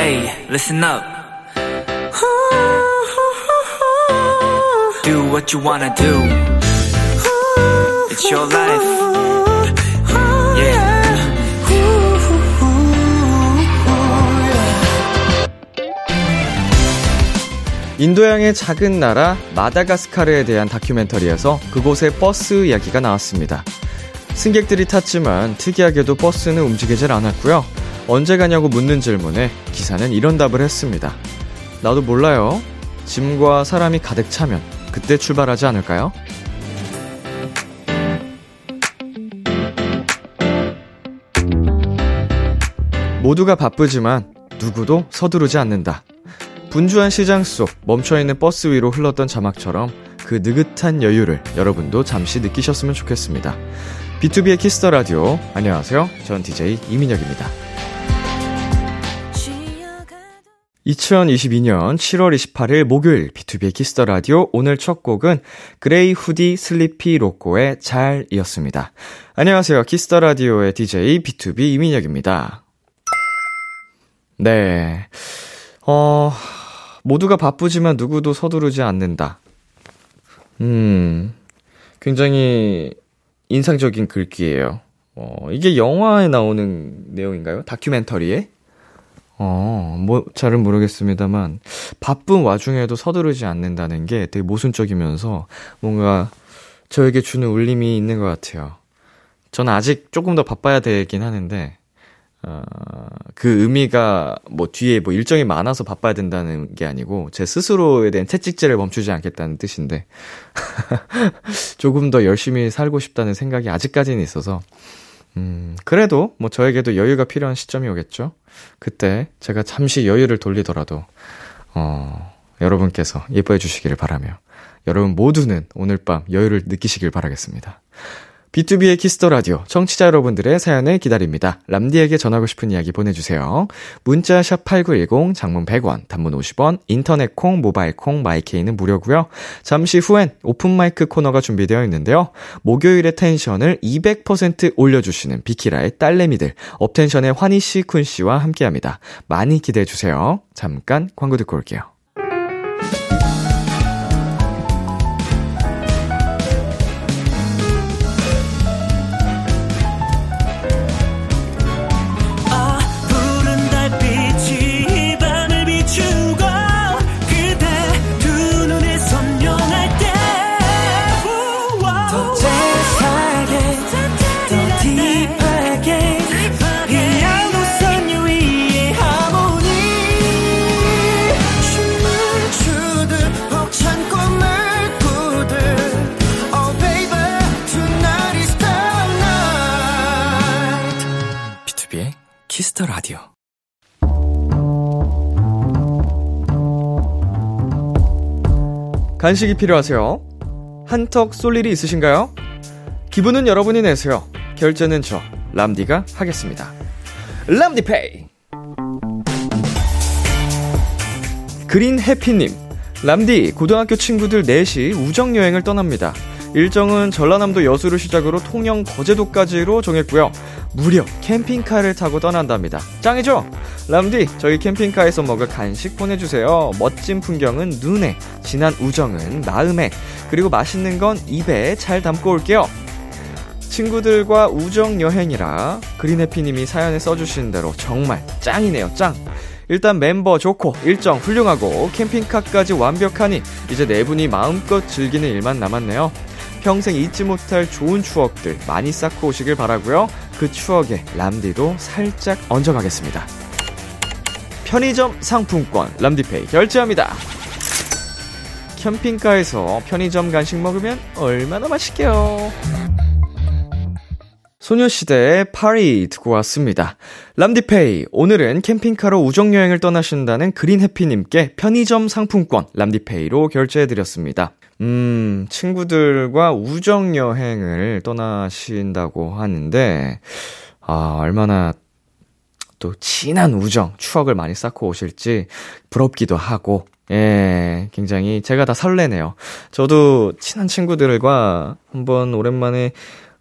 Hey, listen up. Do what you wanna do. It's your life. 인도양의 작은 나라 마다가스카르에 대한 다큐멘터리에서 그곳의 버스 이야기가 나왔습니다. 승객들이 탔지만 특이하게도 버스는 움직이질 않았고요. 언제 가냐고 묻는 질문에 기사는 이런 답을 했습니다. 나도 몰라요. 짐과 사람이 가득 차면 그때 출발하지 않을까요? 모두가 바쁘지만 누구도 서두르지 않는다. 분주한 시장 속 멈춰있는 버스 위로 흘렀던 자막처럼 그 느긋한 여유를 여러분도 잠시 느끼셨으면 좋겠습니다. B2B의 키스터 라디오. 안녕하세요. 전 DJ 이민혁입니다. 2022년 7월 28일 목요일 B2B의 키스터 라디오 오늘 첫 곡은 그레이 후디 슬리피 로꼬의 잘이었습니다. 안녕하세요. 키스터 라디오의 DJ B2B 이민혁입니다. 네. 어, 모두가 바쁘지만 누구도 서두르지 않는다. 음, 굉장히 인상적인 글귀예요. 어, 이게 영화에 나오는 내용인가요? 다큐멘터리에? 어, 뭐, 잘은 모르겠습니다만, 바쁜 와중에도 서두르지 않는다는 게 되게 모순적이면서 뭔가 저에게 주는 울림이 있는 것 같아요. 저는 아직 조금 더 바빠야 되긴 하는데, 어, 그 의미가 뭐 뒤에 뭐 일정이 많아서 바빠야 된다는 게 아니고 제 스스로에 대한 채찍질을 멈추지 않겠다는 뜻인데 조금 더 열심히 살고 싶다는 생각이 아직까지는 있어서 음 그래도 뭐 저에게도 여유가 필요한 시점이 오겠죠 그때 제가 잠시 여유를 돌리더라도 어 여러분께서 예뻐해 주시기를 바라며 여러분 모두는 오늘 밤 여유를 느끼시길 바라겠습니다. B2B의 키스터 라디오 청취자 여러분들의 사연을 기다립니다. 람디에게 전하고 싶은 이야기 보내주세요. 문자 샵 #8910 장문 100원, 단문 50원, 인터넷 콩, 모바일 콩, 마이케이는 무료고요. 잠시 후엔 오픈 마이크 코너가 준비되어 있는데요. 목요일의 텐션을 200% 올려주시는 비키라의 딸내미들 업텐션의 환희 씨, 쿤 씨와 함께합니다. 많이 기대해 주세요. 잠깐 광고 듣고 올게요. 아 푸른 달빛이 이 밤을 비추고 그대 두 눈에 선명할 때더 재밌하게 더 딥하게 이 양도선 유위의 하모니 춤을 추듯 벅찬 꿈을 꾸듯 Oh baby tonight is the night B2B의 키스터 라디오. 간식이 필요하세요? 한턱 쏠 일이 있으신가요? 기분은 여러분이 내세요. 결제는 저 람디가 하겠습니다. 람디페이. 그린 해피님, 람디 고등학교 친구들 넷이 우정 여행을 떠납니다. 일정은 전라남도 여수를 시작으로 통영 거제도까지로 정했고요. 무려 캠핑카를 타고 떠난답니다. 짱이죠? 람디, 저희 캠핑카에서 먹을 간식 보내주세요. 멋진 풍경은 눈에, 진한 우정은 마음에, 그리고 맛있는 건 입에 잘 담고 올게요. 친구들과 우정 여행이라 그린해피님이 사연에 써주신 대로 정말 짱이네요, 짱. 일단 멤버 좋고 일정 훌륭하고 캠핑카까지 완벽하니 이제 네 분이 마음껏 즐기는 일만 남았네요. 평생 잊지 못할 좋은 추억들 많이 쌓고 오시길 바라고요. 그 추억에 람디도 살짝 얹어가겠습니다. 편의점 상품권 람디페이 결제합니다. 캠핑카에서 편의점 간식 먹으면 얼마나 맛있게요. 소녀시대의 파리 듣고 왔습니다. 람디페이, 오늘은 캠핑카로 우정여행을 떠나신다는 그린해피님께 편의점 상품권 람디페이로 결제해드렸습니다. 음, 친구들과 우정여행을 떠나신다고 하는데, 아, 얼마나 또 진한 우정, 추억을 많이 쌓고 오실지 부럽기도 하고, 예, 굉장히 제가 다 설레네요. 저도 친한 친구들과 한번 오랜만에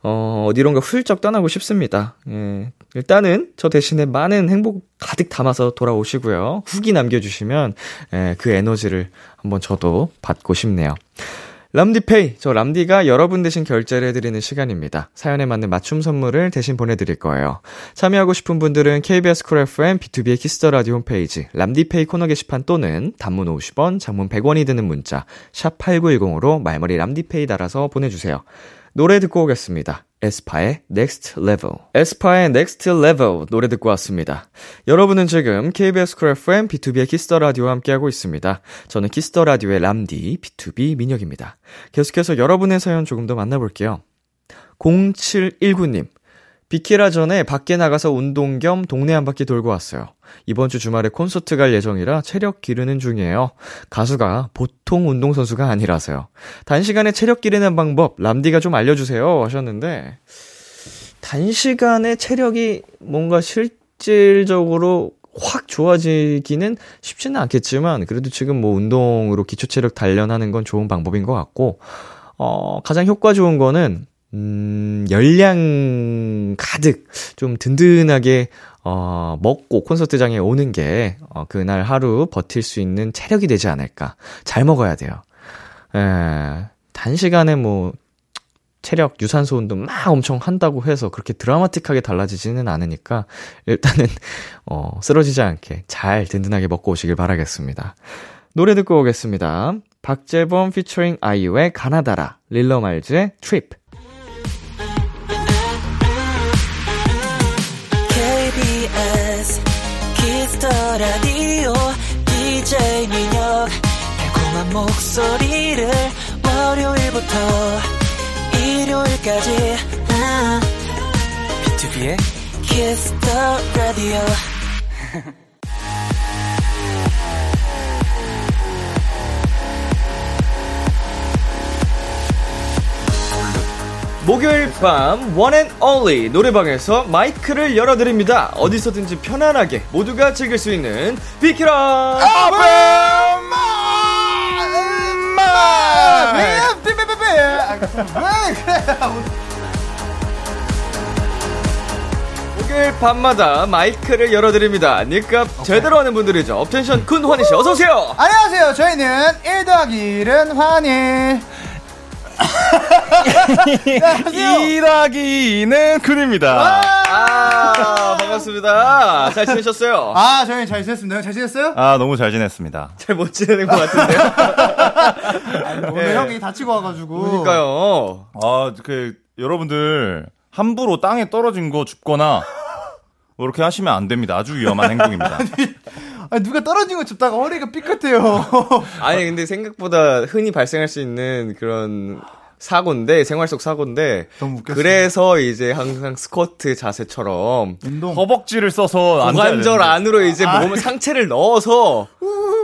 어, 어디론가 훌쩍 떠나고 싶습니다. 예. 일단은 저 대신에 많은 행복 가득 담아서 돌아오시고요. 후기 남겨주시면 예, 그 에너지를 한번 저도 받고 싶네요. 람디페이, 저 람디가 여러분 대신 결제를 해드리는 시간입니다. 사연에 맞는 맞춤 선물을 대신 보내드릴 거예요. 참여하고 싶은 분들은 KBS 쿨 FM, B2B의 키스터 라디오 홈페이지, 람디페이 코너 게시판 또는 단문 50원, 장문 100원이 드는 문자, 샵8910으로 말머리 람디페이 달아서 보내주세요. 노래 듣고 오겠습니다. 에스파의 Next Level. 에스파의 Next Level 노래 듣고 왔습니다. 여러분은 지금 KBS 쿨 FM B2B의 키스터 라디오와 함께하고 있습니다. 저는 키스터 라디오의 람디 B2B 민혁입니다. 계속해서 여러분의 사연 조금 더 만나볼게요. 0719님. 비키라 전에 밖에 나가서 운동 겸 동네 한 바퀴 돌고 왔어요. 이번 주 주말에 콘서트 갈 예정이라 체력 기르는 중이에요. 가수가 보통 운동선수가 아니라서요. 단시간에 체력 기르는 방법, 람디가 좀 알려주세요. 하셨는데, 단시간에 체력이 뭔가 실질적으로 확 좋아지기는 쉽지는 않겠지만, 그래도 지금 뭐 운동으로 기초 체력 단련하는 건 좋은 방법인 것 같고, 어, 가장 효과 좋은 거는, 음, 열량 가득, 좀 든든하게, 어, 먹고 콘서트장에 오는 게, 어, 그날 하루 버틸 수 있는 체력이 되지 않을까. 잘 먹어야 돼요. 예, 단시간에 뭐, 체력, 유산소 운동 막 엄청 한다고 해서 그렇게 드라마틱하게 달라지지는 않으니까, 일단은, 어, 쓰러지지 않게 잘 든든하게 먹고 오시길 바라겠습니다. 노래 듣고 오겠습니다. 박재범 피처링 아이유의 가나다라, 릴러 말즈의 트립. KBS 키스 더 라디오 DJ 민혁 달콤한 목소리를 월요일부터 일요일까지 아, B2B의 키스 더 라디오 목요일 밤 원앤 only 노래방에서 마이크를 열어드립니다. 어디서든지 편안하게 모두가 즐길 수 있는 비키라 목요일 밤마다 마이크를 열어드립니다. 니값 제대로 하는 분들이죠. 업텐션 쿤 환희 씨 어서 오세요. 안녕하세요. 저희는 1 더하기 1은 환희. 어. 1하기 2는 쿤입니다. 아 반갑습니다. 잘 지내셨어요? 아, 저희 잘 지냈습니다. 잘 지냈어요? 아, 너무 잘 지냈습니다. 잘 못 지내는 것 같은데요. 아, 네. 오늘 형이 다치고 와가지고. 그러니까요. 아, 그, 여러분들, 함부로 땅에 떨어진 거 죽거나, 뭐 이렇게 하시면 안 됩니다. 아주 위험한 행동입니다. 아, 누가 떨어진 거 줍다가 허리가 삐끗해요. 아니 근데 생각보다 흔히 발생할 수 있는 그런 사고인데 생활 속 사고인데 너무 웃겼어요. 그래서 이제 항상 스쿼트 자세처럼 운동. 허벅지를 써서 앉아야 고관절 되는데. 안으로 이제 몸을 상체를 넣어서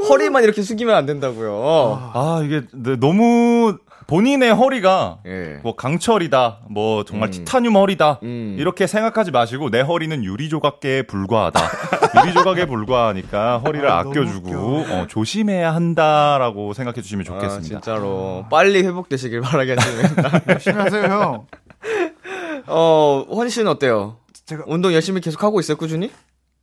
허리만 이렇게 숙이면 안 된다고요. 아, 이게 네, 너무 본인의 허리가 예. 뭐 강철이다, 뭐 정말 티타늄 허리다 음. 이렇게 생각하지 마시고 내 허리는 유리 조각계에 불과하다. 유리 조각에 불과하니까 허리를 아, 아, 너무 껴주고 조심해야 한다라고 생각해 주시면 아, 좋겠습니다. 진짜로 빨리 회복되시길 바라겠습니다. 열심히 하세요, 형. 어, 헌 씨는 어때요? 제가- 운동 열심히 계속 하고 있어요, 꾸준히?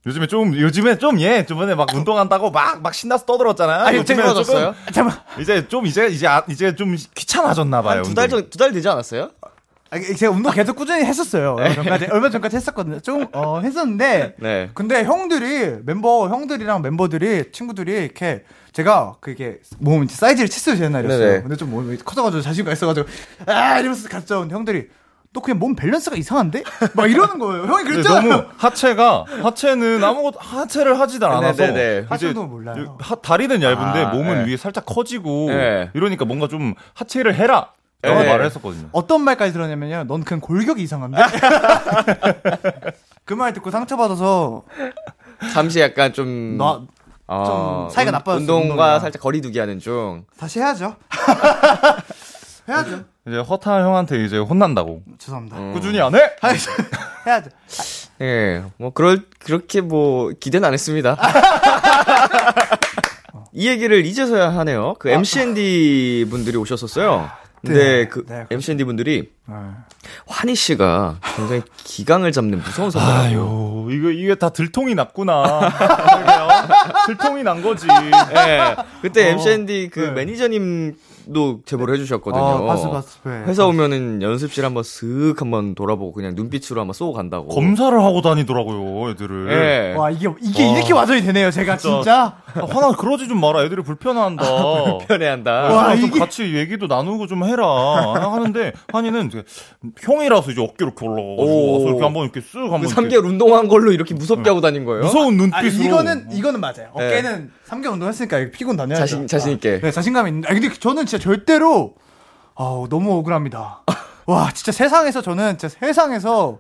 요즘에 좀 요즘에 좀예 저번에 막 운동한다고 막 막 신나서 떠들었잖아요. 아니, 요즘에 떨어졌어요? 조금 이제 좀 이제 이제 아- 이제 좀 귀찮아졌나 봐요. 두 달 운동이. 전, 두 달 되지 않았어요? 아, 제가 운동 계속 꾸준히 했었어요. 얼마 전까지, 얼마 전까지 했었거든요. 조금, 어, 했었는데. 네. 근데 형들이, 멤버, 형들이랑 멤버들이, 친구들이 이렇게, 제가 그게 몸 이제 사이즈를 치수요 옛날이었어요. 네네. 근데 좀 몸이 커져가지고 자신감 있어가지고, 아! 이러면서 갔죠. 근데 형들이, 또 그냥 몸 밸런스가 이상한데? 막 이러는 거예요. 네, 형이 근데 그랬잖아요. 너무 하체가 하체는 아무것도 하체를 하지도 않아서 네, 네, 네. 이제 하체도 몰라요. 하- 다리는 얇은데 아, 몸은 네. 위에 살짝 커지고 네. 이러니까 뭔가 좀 하체를 해라 라고 네. 말을 했었거든요. 어떤 말까지 들었냐면요. 넌 그냥 골격이 이상한데? 그 말 듣고 상처받아서, 잠시 약간 좀. 나, 어, 사이가 운- 나빠졌어요, 운동과 운동이랑. 살짝 거리두기 하는 중. 다시 해야죠. 해야죠. 이제 허타 형한테 이제 혼난다고 음. 죄송합니다. 어. 꾸준히 안 해? 해야죠. 예, 뭐, 그럴, 그렇게 뭐, 기대는 안 했습니다. 이 얘기를 이제서야 하네요. 그 MCND 분들이 오셨었어요. 비트. 네, 그 아. 네, MCND 분들이 네. 환희 씨가 굉장히 기강을 잡는 무서운 선배라고. 아유, 이거, 이게 다 들통이 났구나. 그러게요. 들통이 난 거지. 네, 그때 어, MCND 그 네. 매니저님도 제보를 해주셨거든요. 아, 봤어, 봤어. 네. 회사 오면은 연습실 한번 슥 한번 돌아보고 그냥 눈빛으로 한번 쏘고 간다고. 검사를 하고 다니더라고요, 애들을. 예. 와, 이게, 이게 와. 이렇게 와전이 되네요, 제가 진짜. 진짜. 아, 화나, 그러지 좀 마라. 애들이 불편한다. 편애한다. 와, 와, 좀 이게- 같이 얘기도 나누고 좀 해라 하는데 환이는 이제 형이라서 이제 어깨로 이렇게 올라가서 오. 와서 이렇게 한번 이렇게 쓱 한번 그 이렇게 3개월 운동한 걸로 이렇게 무섭게 하고 다닌 거예요? 무서운 아, 눈빛으로 이거는, 이거는 맞아요. 네. 어깨는 삼 3개 운동했으니까 이거 피곤 다녀야죠. 자신- 자신 있게. 아, 네, 자신감 있는데. 아, 근데 저는 진짜 절대로, 아우, 너무 억울합니다. 와, 진짜 세상에서 저는, 진짜 세상에서,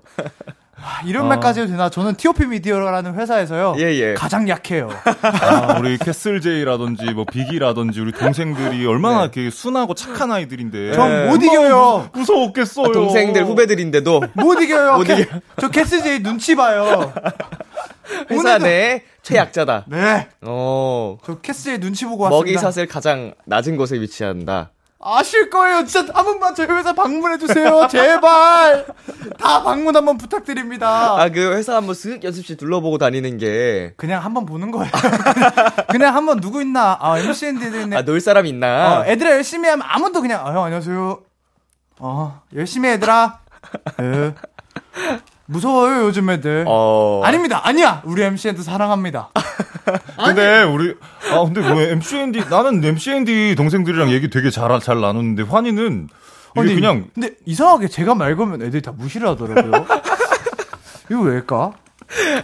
아, 이런 말까지 해도 되나? 저는 TOP 미디어라는 회사에서요. 예, 예. 가장 약해요. 아, 우리 캐슬제이라든지 뭐 빅이라든지 우리 동생들이 얼마나 이렇게 순하고 착한 아이들인데 전 네. 못 얼마나 이겨요. 무- 음. 무서웠겠어요 동생들 후배들인데도 못 이겨요. 못 캐- 이겨. 저 캐스제이 눈치 봐요. 회사 네. 오늘도- 내 최약자다. 네. 어. 저 캐스제이 눈치 보고 먹이 왔습니다. 사슬 가장 낮은 곳에 위치한다. 아실 거예요. 진짜 한 번만 저희 회사 방문해 주세요. 제발. 다 방문 한번 부탁드립니다. 아, 그 회사 한번 쓱 연습실 둘러보고 다니는 게. 그냥 한번 보는 거예요. 그냥 한번 누구 있나? 아, MCND도 있네. 아, 놀 사람 있나? 어, 애들아 열심히 하면 아무도 그냥 어, 형 안녕하세요. 어, 열심히 해, 얘들아. 예. 무서워요, 요즘 애들. 어. 아. 아닙니다. 아니야. 우리 MCND 사랑합니다. 근데 우리 아 근데 왜 MCND 나는 MCND 동생들이랑 얘기 되게 잘 잘 나누는데 환이는 이게 근데 그냥 근데 이상하게 제가 말 걸면 애들이 다 무시를 하더라고요. 이거 왜일까?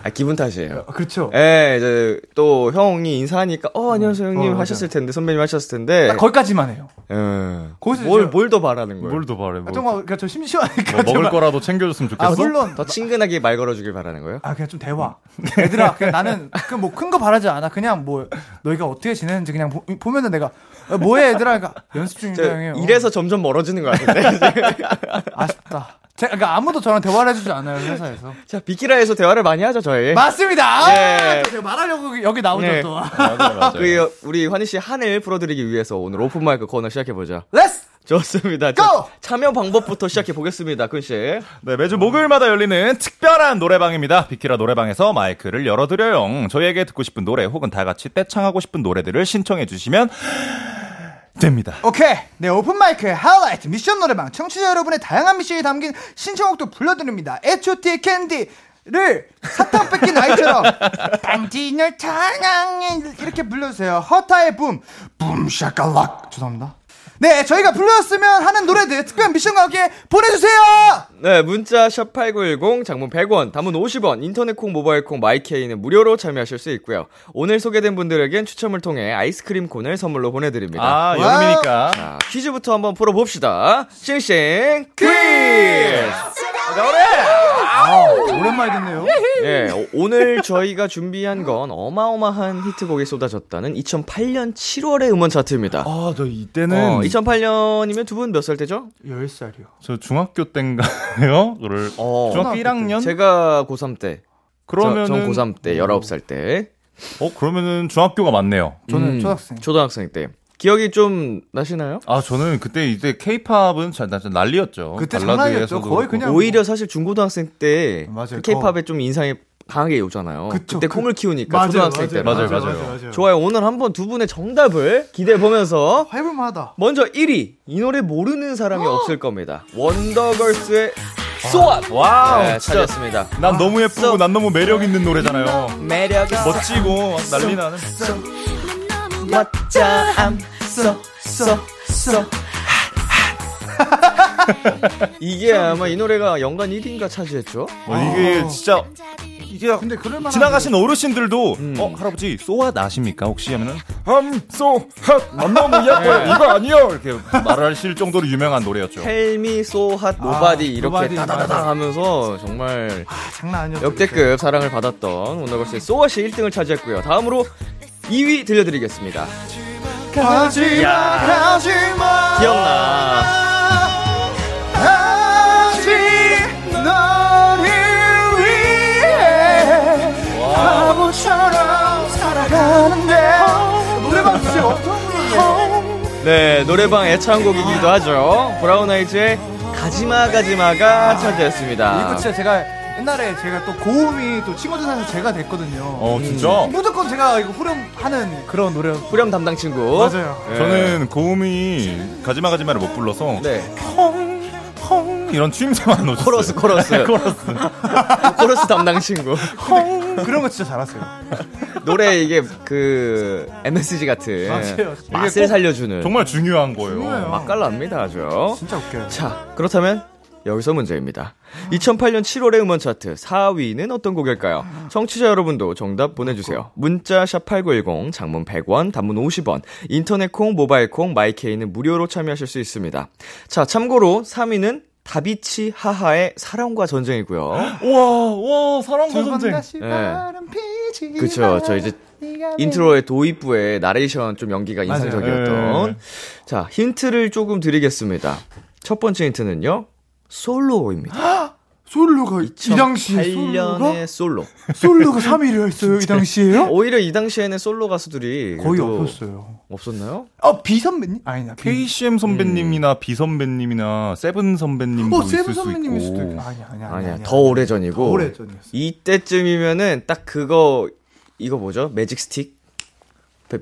아, 기분 탓이에요. 아, 그렇죠. 예, 이제 또 형이 인사하니까, 어, 안녕하세요, 형님 어, 하셨을 텐데, 선배님 하셨을 텐데. 딱 거기까지만 해요. 예. 거기서 뭘, 이제- 뭘 더 바라는 거예요? 뭘 더 바래 뭐, 아, 정말 그러니까 저 심심하니까 뭐 먹을 정말- 거라도 챙겨줬으면 아 좋겠어 물론 더 친근하게 말 걸어주길 바라는 거예요? 아 그냥 좀 대화. 얘들아 그냥 나는 그 뭐 큰 거 바라지 않아. 그냥 뭐 너희가 어떻게 지내는지 그냥 보, 보면은 내가 어, 뭐해 얘들아 그러니까 연습 중이다 저 형이. 이래서 점점 멀어지는 것 같은데. 아쉽다. 제가 그러니까 아무도 저랑 대화를 해주지 않아요 회사에서. 자, 비키라에서 대화를 많이 하죠, 저희. 맞습니다. 아, 예. 또 제가 말하려고 여기 나오죠 네. 또. 맞아요, 맞아요. 그, 여- 우리 환희 씨 한을 풀어드리기 위해서 오늘 오픈마이크 코너 시작해보자. 렛츠 좋습니다. 고! 참여 방법부터 시작해보겠습니다, 군씨. 네, 매주 목요일마다 열리는 특별한 노래방입니다. 비키라 노래방에서 마이크를 열어드려요. 저희에게 듣고 싶은 노래 혹은 다 같이 떼창하고 싶은 노래들을 신청해 주시면 됩니다. 오케이. 네, 오픈 마이크 하이라이트 미션 노래방 청취자 여러분의 다양한 미션이 담긴 신청곡도 불러드립니다. H.O.T.의 캔디를 사탕 뺏긴 아이처럼 당신을 사랑해 이렇게 불러주세요. 허타의 붐, 붐 샤kal락. 죄송합니다. 네, 저희가 불렀으면 하는 노래들 특별한 미션과 함께 보내주세요. 네, 문자 샵8910 장문 100원, 단문 50원, 인터넷 콩, 모바일 콩, 마이케이는 무료로 참여하실 수 있고요. 오늘 소개된 분들에겐 추첨을 통해 아이스크림 콘을 선물로 보내드립니다. 아, 와우. 여름이니까. 자, 퀴즈부터 한번 풀어봅시다. 싱싱 퀴즈! 아, 오랜만에 듣네요. 예, 오- 오늘 저희가 준비한 건 어마어마한 히트곡이 쏟아졌다는 2008년 7월의 음원 차트입니다. 어, 아, 저 이때는 2008년이면 두 분 몇 살 때죠? 10살이요. 저 중학교 땐가요? 그를 어. 중학교 1학년? 제가 고3 때. 그러면은 음. 저, 전 고3 때, 19살 때. 어, 그러면은 중학교가 맞네요. 저는 음, 초등학생. 초등학생 때. 기억이 좀 나시나요? 아, 저는 그때 이제 케이팝은 난리였죠. 그때 발라드에서도 장난이었죠. 거의 그렇고. 그냥 뭐- 오히려 사실 중고등학생 때 맞아요. 케이팝에 좀 인상이 강하게 오잖아요. 그쵸. 때 그- 꿈을 키우니까 그러니까 초등학생 때. 어. 맞아요. 좋아요. 오늘 한번 두 분의 정답을 기대해 보면서 해볼만 하다. 먼저 1위. 이 노래 모르는 사람이 아! 없을 겁니다. 원더걸스의 소원. 와우, 네, 진짜. 찾았습니다. 난 너무 예쁘고 써. 난 너무 매력 있는 노래잖아요. 매력이 멋지고 난리 나는. 멋져. I'm so so so. 이게 아마 이 노래가 연간 1위인가 차지했죠? 어, 이게 아. 진짜 이게 근데 그럴만 지나가신 어르신들도 어 할아버지 소아 나십니까 혹시 하면은 네. I'm so hot 난 너무 예뻐요 이거 아니요 이렇게 말을 하실 정도로 유명한 그렇죠. 노래였죠 헬미 소핫 아, 노바디 이렇게 노바디, 따다다다 하면서 정말 장난 아니었죠. 역대급 사랑을 받았던 원더걸스의 소아시 1등을 차지했고요. 다음으로 2위 들려드리겠습니다. 가지마, 가지마. 기억나. 아직 너를 위해 바보처럼 살아가는데 노래방 진짜 엄청 부르네 네, 노래방 애창곡이기도 하죠. 브라운 아이즈의 가지마 가지마가 이거 차지했습니다. 진짜 제가 옛날에 제가 또 고음이 또 친구들 사이에서 제가 됐거든요. 어, 진짜? 무조건 제가 이거 후렴하는 그런 노래. 후렴 담당 친구. 맞아요. 네. 저는 고음이 가지마 가지마를 못 불러서 네. 펑, 펑 이런 추임새만 넣었어요. 네, 코러스, 코러스. 코러스. 코러스 담당 친구. 그런 거 진짜 잘하세요. 노래 이게 그 MSG 같은 맞아요. 맛을 살려주는 정말 중요한 아, 거예요. 맛깔납니다 아주. 어, 진짜 웃겨요. 자 그렇다면 여기서 문제입니다. 2008년 7월의 음원 차트 4위는 어떤 곡일까요? 청취자 여러분도 정답 보내주세요. 어, 문자 샵 #8910 장문 100원, 단문 50원, 인터넷 콩, 모바일 콩, 마이케이는 무료로 참여하실 수 있습니다. 자 참고로 3위는 다비치 하하의 사랑과 전쟁이고요. 네. 우와, 와, 사랑과 전쟁. 다시 바람 피지 그쵸. 저 이제 네가 인트로의 도입부에 나레이션 좀 연기가 맞아요. 네. 인상적이었던. 자, 힌트를 조금 드리겠습니다. 첫 번째 힌트는요. 솔로입니다. 솔로가 이 당시에 2008년에 솔로. 솔로가 3위를 했어요 이 당시에요? 오히려 이 당시에는 솔로 가수들이 어, 거의 그래도 없었어요. 없었나요? 어 비선배님? 아니다. 비. KCM 선배님이나 B 선배님이나 세븐 음. 선배님도 어 있을 세븐 수 선배님일 있고. 수도 있고. 아니야 아니야 아니야, 더 오래 전이고. 더 오래전이었어요. 이때쯤이면은 딱 그거 이거 뭐죠? 매직 스틱.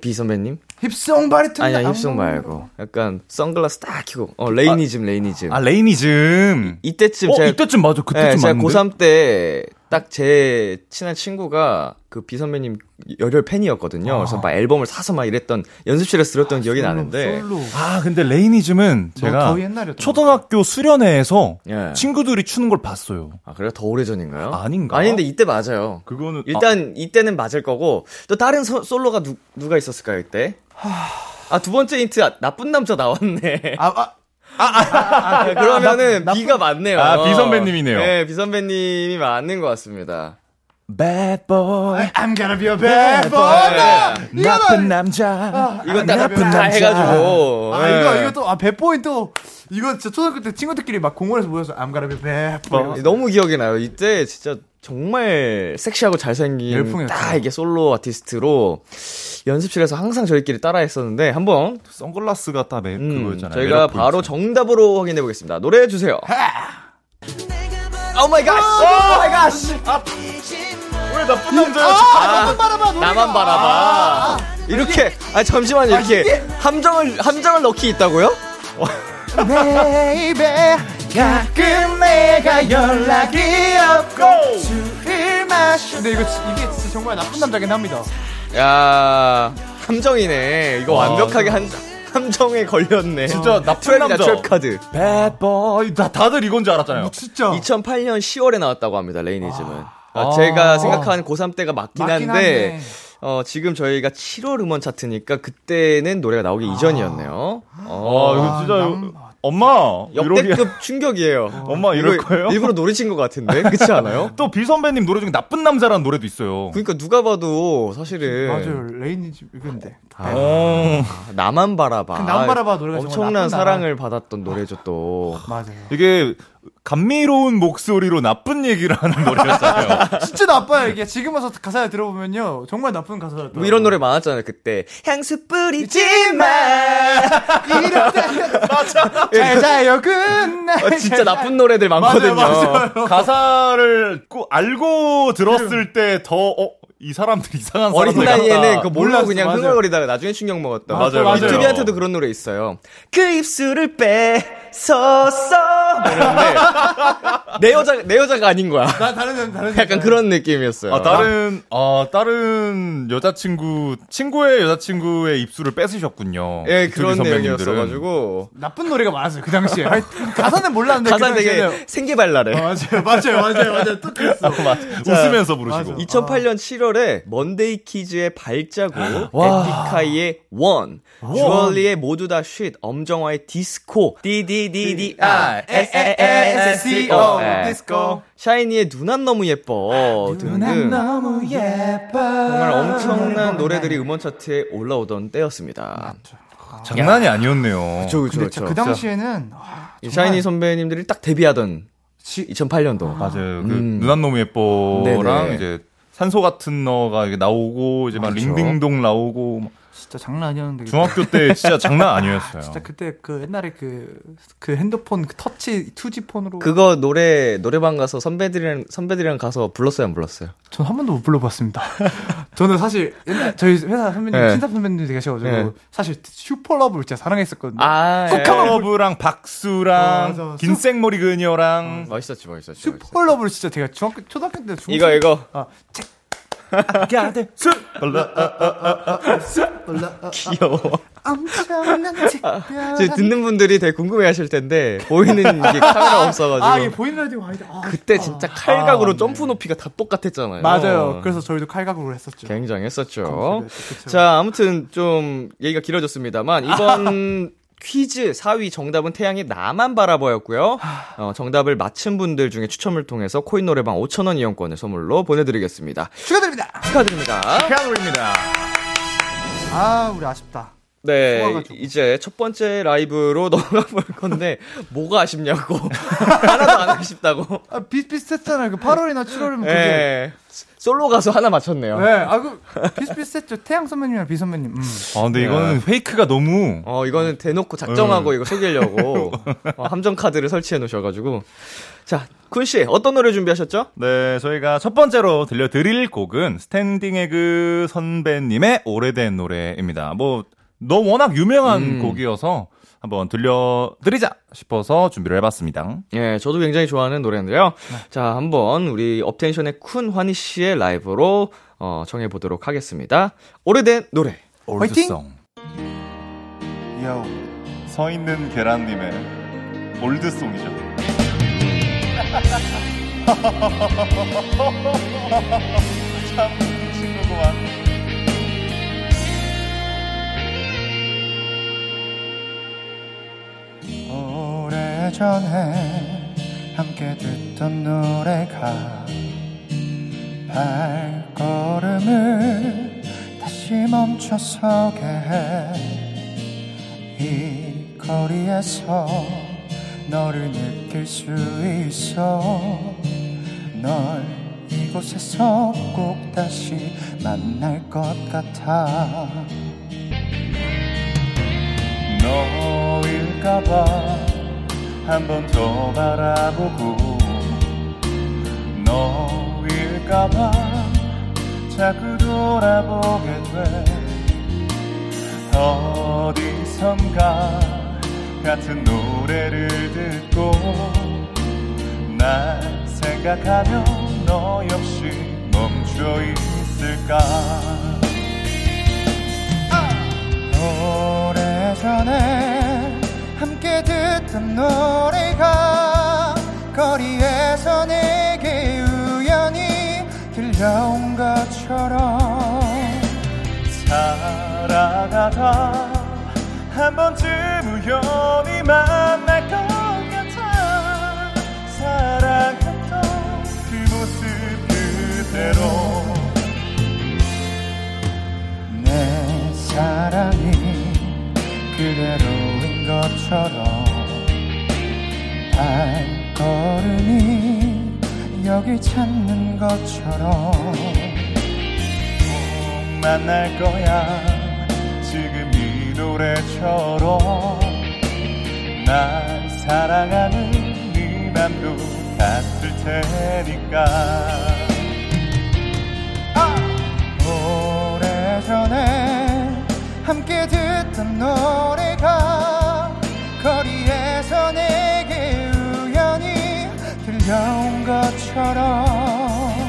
비 선배님? 힙송 바리톤 아니야, 힙송 말고. 약간 선글라스 딱 끼고. 어, 레이니즘, 레이니즘. 아 레이니즘. 이때쯤 어 제가 이때쯤 맞아. 네, 그때쯤 제가 맞는데. 고3 때 딱 제 친한 친구가 그 비선배님 열혈 아. 팬이었거든요. 그래서 막 앨범을 사서 막 이랬던 연습실에서 들었던 기억이 나는데. 솔로. 아 근데 레이니즘은 제가 더 옛날이었던 초등학교 수련회에서 예. 친구들이 추는 걸 봤어요. 아, 그래요? 더 오래전인가요? 아닌가? 아닌데 이때 맞아요. 그거는 일단 이때는 맞을 거고 또 다른 소- 솔로가 누, 누가 있었을까요, 이때? 아, 두 번째 힌트 아, 나쁜 남자 나왔네. 아, 아, 그러면은 B가 맞네요. 아, B 선배님이네요. 네, B 선배님이 맞는 것 같습니다. bad boy 아, I'm gonna be a bad boy. 네. 나쁜 남자 이건 다, 아, 나쁜 다 남자. 해가지고. 아 예. 이거 이거 또아 배보인 또 이거 진짜 초등학교 때 친구들끼리 막 공원에서 모여서 I'm gonna be a bad boy. 어. 이러면서. 너무 뭐 기억이 나요. 이때 진짜 정말 섹시하고 잘생긴 열풍이었죠. 딱 이게 솔로 아티스트로 연습실에서 항상 저희끼리 따라했었는데 한번 아, 선글라스가 다 매, 음, 그거였잖아요. 저희가 매력 포인트. 바로 정답으로 확인해 보겠습니다. 노래 주세요. Oh 오 마이 갓! 오 마이 갓! 왜 아! 나쁜 남자 나만 바라봐. 아! 나만 바라봐. 이렇게 아 잠시만 이렇게 함정을 함정을 넣기 있다고요? Baby 가끔 내가 연락이 없고 술을 마셔 근데 이거 진- 이게 진짜 정말 나쁜 남자긴 합니다 야 함정이네. 이거 와, 완벽하게 한 함정에 걸렸네. 진짜 나쁜 트랩이다, 남자. 트랩 카드. bad boy 다 다들 이건 줄 알았잖아요. 뭐 진짜 2008년 10월에 나왔다고 합니다, 레이니즘은. 그러니까 제가 생각한 고3 때가 맞긴 아. 맞긴 한데, 한데. 어, 지금 저희가 7월 음원 차트니까 그때는 노래가 나오기 아. 이전이었네요. 아, 어, 이거 진짜 남- 이거- 엄마 역대급 이러기- 충격이에요. 엄마 이럴 이거 거예요? 일부러 노리신 것 같은데? 그렇지 않아요? 또 비선배님 노래 중에 나쁜 남자라는 노래도 있어요. 그러니까 누가 봐도 사실은 맞아요 레인이 집 이건데 어. 아, 나만 바라봐. 그 나만 바라봐 노래가 정말 엄청난 나쁜 사랑을 받았던 노래죠 또. 맞아요 이게 감미로운 목소리로 나쁜 얘기를 하는 노래였잖아요. 진짜 나빠요 이게 지금 와서 가사를 들어보면요 정말 나쁜 가사였다 뭐 이런 노래 많았잖아요 그때. 향수 뿌리지만. 잘 자요 굿나잇 아, 진짜 나쁜 노래들 많거든요. 어, 가사를 꼭 알고 들었을 때 더 어, 이 사람들 이상한 어린 사람들 나이에는 같다. 그 몰라 몰랐어, 그냥 맞아요. 흥얼거리다가 나중에 충격 먹었다. 맞아요, 맞아요. 이투비한테도 그런 노래 있어요. 그 입술을 뺏었어. 이러는데 내 여자 내 여자가 아닌 거야. 나 다른 사람, 다른 사람. 약간 그런 느낌이었어요. 아, 다른 아, 다른 여자친구 친구의 여자친구의 입술을 뺏으셨군요. 예 이투리 그런 선배님들은. 내용이었어가지고 나쁜 노래가 많았어요 그 당시에 아니, 가사는 몰랐는데 가사 그 당시에는. 되게 생기발랄해. 맞아요 맞아요 맞아요 맞아요 또 그랬어 웃으면서 부르시고. 맞아. 2008년 7월에 먼데이 키즈의 발자국, 에픽하이의 원, 주얼리의 모두 다 쉿, 엄정화의 디스코, DDDDR, SSCO, 어, 네. 디스코. 샤이니의 눈 안 너무 예뻐 어, 등등 너무 예뻐 정말 엄청난 노래들이 음원 차트에 올라오던 때였습니다. 장난이 아니었네요. 그쵸, 그쵸, 근데 그쵸. 진짜 그 당시에는 와, 이 샤이니 선배님들이 딱 데뷔하던 지- 2008년도. 맞아요. 음. 그 누난 너무 예뻐랑 네네. 그렇죠. 이제 산소 같은 너가 이게 나오고 이제 막 링딩동 나오고 막 진짜 장난 아니었는데. 그때. 중학교 때 진짜 장난 아니었어요. 진짜 그때 그 옛날에 그, 그 핸드폰 그 터치 2G 폰으로. 그거 노래 노래방 가서 선배들이랑 선배들이랑 가서 불렀어요, 안 불렀어요? 전 한 번도 못 불러봤습니다. 저는 사실 옛날 저희 회사 선배님, 네. 친사 선배님들이 계셔가지고 네. 사실 슈퍼러브를 진짜 사랑했었거든요. 아, 어, 예. 커브랑 박수랑 맞아. 긴 생머리 그녀랑 멋있었지, 멋있었지. 멋있었지. 슈퍼러브를 진짜 제가 중학교, 초등학교 때 중학교 이거 이거 아, 책. 귀여워. 엄청난 책. 아, 아, 지금 듣는 분들이 되게 궁금해하실 텐데 보이는 이게 카메라 아, 이게 없어가지고 보이는 라디오가 아니다. 아, 네. 그때 진짜 칼각으로 점프 높이가 다 똑같았잖아요. 맞아요. 그래서 저희도 칼각으로 했었죠. 굉장했었죠. 검색을 했죠. 그쵸. 자, 아무튼 좀 얘기가 길어졌습니다만 이번 퀴즈 4위 정답은 태양이 나만 바라보였고요. 어, 정답을 맞힌 분들 중에 추첨을 통해서 코인 노래방 5,000원 이용권을 선물로 보내드리겠습니다. 축하드립니다. 축하드립니다. 피아노입니다. 아, 우리 아쉽다. 네, 뽑아가지고. 이제 첫 번째 라이브로 넘어가 볼 건데 뭐가 아쉽냐고 하나도 안 아쉽다고. 아, 비슷비슷했잖아요. 그 8월이나 7월이면 그게. 네, 솔로 가수 하나 맞췄네요. 네, 아, 그, 비슷비슷했죠. 태양 선배님이랑 비 선배님. 음. 아 근데 이거는 페이크가 너무 어, 이거는 대놓고 작정하고 이거 속이려고 어, 함정 카드를 설치해 놓으셔가지고. 자, 군 씨, 어떤 노래 준비하셨죠? 네, 저희가 첫 번째로 들려드릴 곡은 스탠딩 에그 선배님의 오래된 노래입니다. 뭐, 너무 워낙 유명한 곡이어서 한번 들려드리자 싶어서 준비를 해봤습니다. 예, 저도 굉장히 좋아하는 노래인데요. 자, 한번 우리 업텐션의 쿤 환희 씨의 라이브로 어, 정해보도록 하겠습니다. 오래된 노래. 화이팅! 올드송. 요. 서 있는 계란님의 올드송이죠. 참, 친구구만. 오래전에 함께 듣던 노래가 발걸음을 다시 멈춰서게 해. 이 거리에서 너를 느낄 수 있어. 널 이곳에서 꼭 다시 만날 것 같아. 너일까봐 한 번 더 바라보고 너일까봐 자꾸 돌아보게 돼 어디선가 같은 노래를 듣고 날 생각하며 너 역시 멈춰 있을까 오래전에 함께 듣던 노래가 거리에서 내게 우연히 들려온 것처럼 살아가다 한 번쯤 우연히 만날 것 같아 사랑했던 그 모습 그대로 내 사랑이 그대로인 것처럼 발걸음이 여기 찾는 것처럼 꼭 만날 거야 지금 이 노래처럼 날 사랑하는 네 맘도 같을 테니까 아! 오래전에 함께 듣던 노래가 거리에서 내게 우연히 들려온 것처럼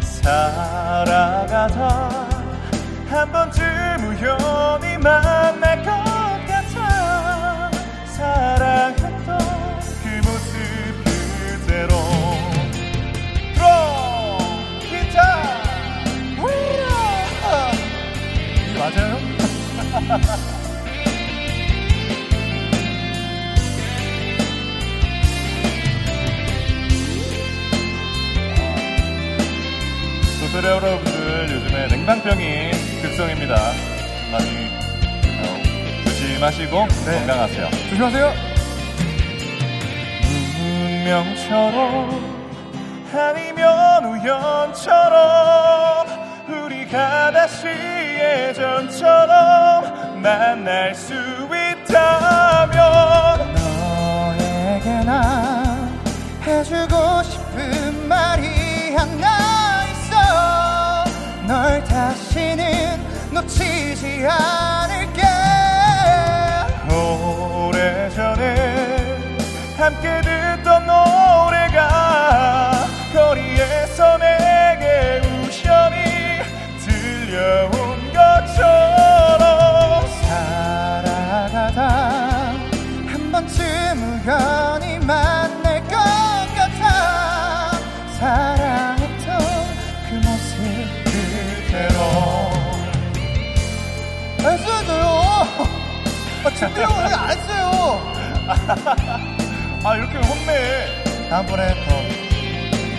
살아가다 한 번쯤 우연히 만날 것 같아 사랑했던 그 모습 그대로 드럼 기타 우와! 이게 아, 맞아요? 소설의 여러분들 요즘에 냉방병이 급성입니다 많이 어, 조심하시고 건강하세요 조심하세요 운명처럼 아니면 우연처럼 우리가 다시 예전처럼 만날 수 있다면 너에게 나 해주고 싶은 말이 하나 있어 널 다시는 놓치지 않을게 오래전에 함께 듣던 노래가 거리에서 내게 우연히 들려온 것처럼 살아가다 한 번쯤 우연히 만날 것 같아 사랑했던 그 모습 그대로 했어야 돼요 아, 준비를 오늘 안 했어요 아 이렇게 혼내 다음번에 더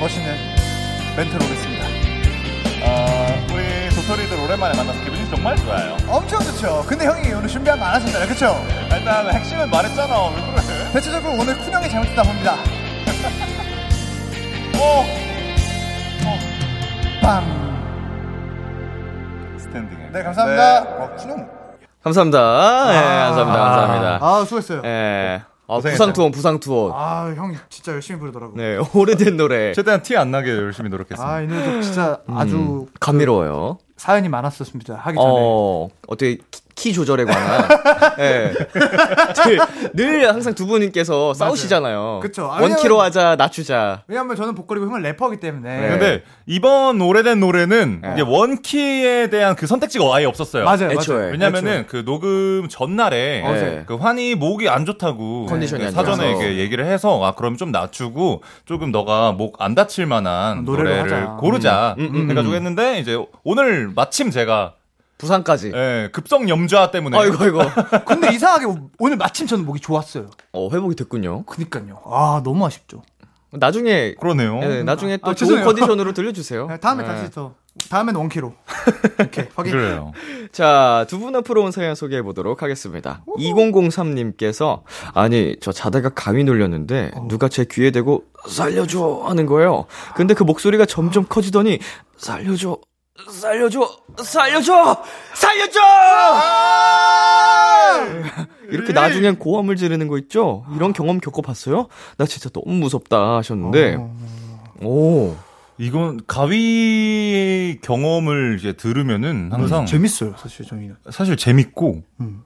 멋있는 멘트로 오겠습니다. 아, 우리 도토리들 오랜만에 만나서 기분이 정말 좋아요 엄청 좋죠? 근데 형이 오늘 준비 한거 안 하셨잖아요. 그쵸? 일단 핵심은 말했잖아 왜 그래 대체적으로 오늘 쿤 형이 잘못했다 봅니다. 어. 어. 빵! 스탠딩 네, 감사합니다. 어, 쿤 형. 감사합니다. 예, 감사합니다. 감사합니다. 아, 수고했어요. 예. 아, 고생했어요. 부상 투어, 부상 투어. 아, 형 진짜 열심히 부르더라고요. 네, 오래된 노래. 최대한 티 안 나게 열심히 노력했습니다 아, 이 노래도 진짜 음. 아주 감미로워요. 사연이 많았었습니다. 하기 그 전에. 어, 어떻게 키, 키 조절에 관한. 예. 늘, 늘 항상 두 분님께서 싸우시잖아요. 그쵸. 아, 원키로 왜냐면- 하자, 낮추자. 왜냐면 저는 보컬이고 형은 래퍼기 때문에. 네. 근데 이번 오래된 노래는 이제 원키에 대한 그 선택지가 아예 없었어요. 맞아요, 애초에. 맞아요. 왜냐면은 그 녹음 전날에 네. 그 환이 목이 안 좋다고 그 컨디션이 안 사전에 좋아서. 이게 얘기를 해서 아 그럼 좀 낮추고 조금 너가 목 안 다칠 만한 노래를 노래를, 하자. 고르자 해가지고 했는데 이제 오늘 마침 제가 부상까지. 네. 어, 예, 급성 염좌 때문에 아이고, 아이고. 근데 이상하게 오늘 마침 저는 목이 좋았어요. 어, 회복이 됐군요. 그니까요. 아, 너무 아쉽죠. 나중에. 그러네요. 예, 나중에 또 아, 좋은 죄송해요. 컨디션으로 들려주세요. 네, 다음에 예. 다시 더. 다음엔 원키로. 이렇게 확인. 그래요. 자, 두 분 앞으로 온 사연 소개해 보도록 하겠습니다. 2003님께서, 아니, 저 자다가 감이 놀렸는데, 누가 제 귀에 대고, 살려줘! 하는 거예요. 근데 그 목소리가 점점 커지더니, 살려줘! 살려줘! 살려줘! 살려줘! 이렇게 나중엔 고함을 지르는 거 있죠? 이런 경험 겪어봤어요? 나 진짜 너무 무섭다 하셨는데, 오, 이건 가위 경험을 이제 들으면은 항상 재밌어요, 사실 저희는. 사실 재밌고 음.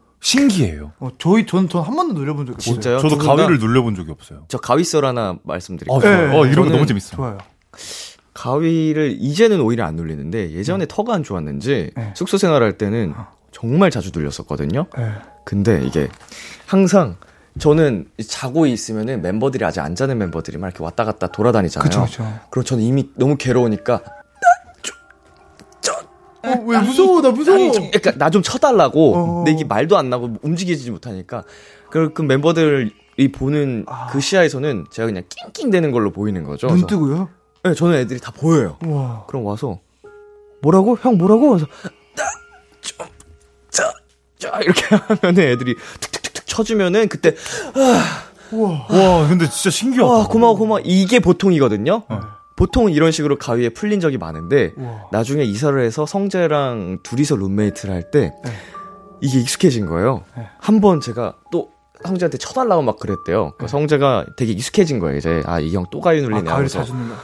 신기해요. 어, 저희 전 전 한 번도 눌려본 적이 없어요. 진짜요? 저도 네, 두 분다- 가위를 눌려본 적이 없어요. 저 가위썰 하나 말씀드릴게요. 어, 좋아요. 네. 어, 이런 저는- 거 너무 재밌어. 좋아요. 가위를 이제는 오히려 안 눌리는데 예전에 터가 안 좋았는지 네. 아. 숙소 생활할 때는 정말 자주 눌렸었거든요. 예. 근데 이게 항상 저는 자고 있으면은 멤버들이 아직 안 자는 멤버들이 막 이렇게 왔다 갔다 돌아다니잖아요. 그쵸, 그쵸. 럼 저는 이미 너무 괴로우니까 어, 왜 무서워, 나 무서워. 그러니까 나 좀 쳐달라고 어. 근데 이게 말도 안 나고 뭐 움직이지 못하니까 그, 그 멤버들이 보는 그 시야에서는 제가 그냥 낑낑대는 걸로 보이는 거죠. 눈 그래서 뜨고요? 네, 저는 애들이 다 보여요. 우와. 그럼 와서 뭐라고 형 뭐라고 그래서 나좀저저 이렇게 하면은 애들이 툭툭툭툭 쳐주면은 그때 우와. 와, 근데 진짜 신기하다. 와 아, 고마워 고마워 이게 보통이거든요. 보통 이런 식으로 가위에 풀린 적이 많은데 어. 우와. 나중에 이사를 해서 성재랑 둘이서 룸메이트를 할 때 네. 이게 익숙해진 거예요. 네. 한 번 제가 또 성재한테 쳐달라고 막 그랬대요. 그러니까 성재가 되게 익숙해진 거예요. 이제 아 이 형 또 가위 네. 아, 눌리네. 가위를 하면서. 사주는다.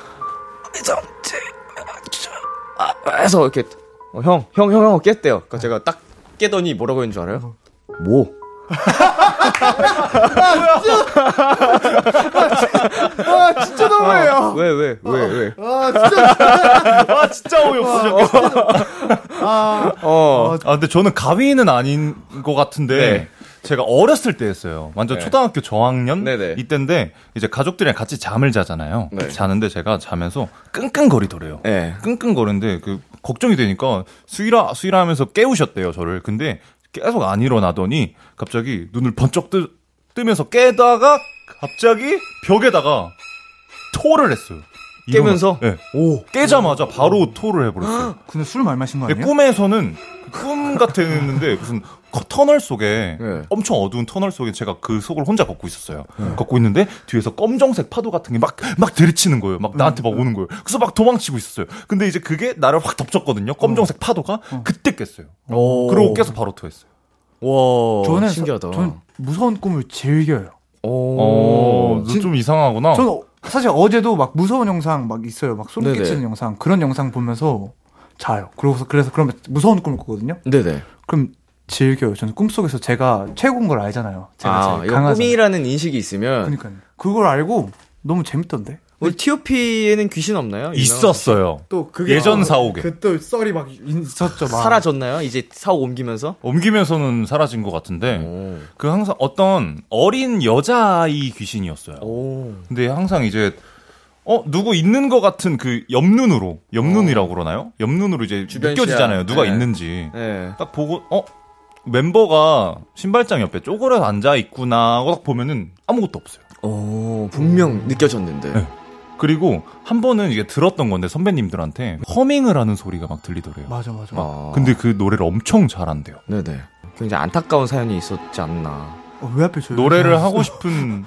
해서 이렇게 어, 형, 형, 형, 형 깼대요. 그러니까 네. 제가 딱 깨더니 뭐라고 했는 줄 알아요? 어. 뭐? 아, 진짜 너무해요. 왜, 왜, 왜, 왜? 아, 진짜. 와, 진짜 어이없어. 아, 어. 아, 근데 저는 가위는 아닌 것 같은데. 네. 제가 어렸을 때 했어요. 완전 네. 초등학교 저학년 네네. 이때인데 이제 가족들이랑 같이 잠을 자잖아요. 네. 자는데 제가 자면서 끙끙거리더래요. 예. 끙끙거리는데 그 걱정이 되니까 수일아 수일아 하면서 깨우셨대요 저를. 근데 계속 안 일어나더니 갑자기 눈을 번쩍 뜨, 뜨면서 깨다가 갑자기 벽에다가 토를 했어요. 깨면서? 네. 오. 깨자마자 바로 토를 해버렸어요. 근데 술 많이 마신 거 근데 아니에요? 네, 꿈에서는 꿈 같았는데 무슨 커- 터널 속에 네. 엄청 어두운 터널 속에 제가 그 속을 혼자 걷고 있었어요. 네. 걷고 있는데 뒤에서 검정색 파도 같은 게 막 막 들이치는 거예요. 막 나한테 막 네. 오는 거예요. 그래서 막 도망치고 있었어요. 근데 이제 그게 나를 확 덮쳤거든요. 어. 검정색 파도가 그때 깼어요. 오. 그러고 깨서 바로 토했어요. 와. 저는 사- 신기하다. 저는 무서운 꿈을 즐겨요. 오. 어, 좀 이상하구나. 저는 어- 사실 어제도 막 무서운 영상 막 있어요. 막 소름 네네. 끼치는 영상 그런 영상 보면서 자요. 그러고서 그래서 그러면 무서운 꿈을 꾸거든요. 네네. 그럼 즐겨요. 저는 꿈속에서 제가 최고인 걸 알잖아요. 제가 아, 제일 이거 강하잖아요. 꿈이라는 인식이 있으면. 그러니까 요 그걸 알고 너무 재밌던데. 우리 TOP에는 귀신 없나요? 있었어요. 또 그게 예전 사옥에 그또 썰이 막 있었죠. 막. 사라졌나요? 이제 사옥 옮기면서? 옮기면서는 사라진 것 같은데 오. 어. 그 항상 어떤 어린 여자아이 귀신이었어요. 오. 근데 항상 이제 어 누구 있는 것 같은 그 옆눈으로 옆눈이라고 그러나요? 옆눈으로 이제 주변 느껴지잖아요. 시야. 누가 네. 있는지 네. 딱 보고 어 멤버가 신발장 옆에 쪼그려 앉아 있구나 하고 딱 보면은 아무것도 없어요. 오, 분명 느껴졌는데. 네. 그리고 한 번은 이게 들었던 건데 선배님들한테 허밍을 하는 소리가 막 들리더래요. 맞아 맞아. 아. 근데 그 노래를 엄청 잘한대요. 네네. 굉장히 안타까운 사연이 있었지 않나. 어, 왜 앞에 저 노래를 하고 싶은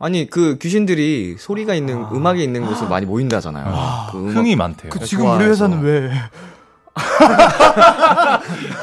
아니, 그 귀신들이 소리가 있는, 음악이 있는 곳에 많이 모인다잖아요. 그 음악- 흥이 많대요. 그 지금 우리 좋아해서. 회사는 왜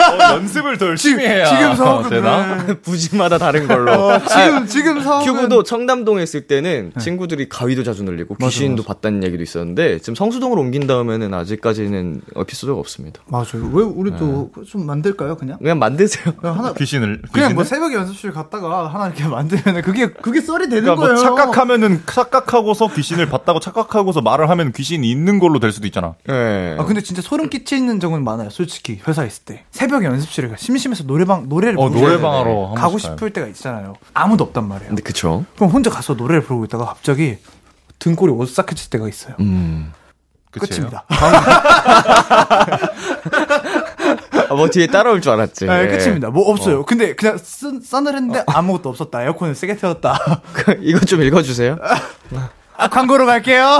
어, 연습을 더 열심히 해야 지금 사업은 되나? 왜? 부지마다 다른 걸로. 어, 지금 지금 사업은 큐브도 청담동에 있을 때는 네. 친구들이 가위도 자주 늘리고 귀신도 봤다는 얘기도 있었는데 지금 성수동으로 옮긴 다음에는 아직까지는 에피소드가 없습니다. 맞아요. 왜 우리 또 좀 만들까요, 그냥? 그냥 만드세요. 아, 그냥 하나 귀신을 그냥 귀신을? 뭐 새벽에 연습실 갔다가 하나 이렇게 만들면 그게 그게 썰이 되는 그러니까 뭐 거예요. 착각하면은 착각하고서 귀신을 봤다고 착각하고서 말을 하면 귀신이 있는 걸로 될 수도 있잖아. 예. 아그 근데 진짜 소름 끼치는 적은 많아요. 솔직히 회사 있을 때 새벽 연습실에 가 심심해서 노래방 노래를 어 부르고 노래방으로 한 가고 번씩 가요. 싶을 때가 있잖아요. 아무도 없단 말이에요. 근데 그쵸. 그럼 혼자 가서 노래를 부르고 있다가 갑자기 등골이 오싹해질 때가 있어요. 음. 그치? 끝입니다. 아, 뭐 뒤에 따라올 줄 알았지. 아, 네, 예. 끝입니다. 뭐 없어요. 근데 그냥 쓴, 싸늘했는데 아무것도 없었다. 에어컨을 세게 틀었다. 이거 좀 읽어주세요. 아, 광고로 갈게요.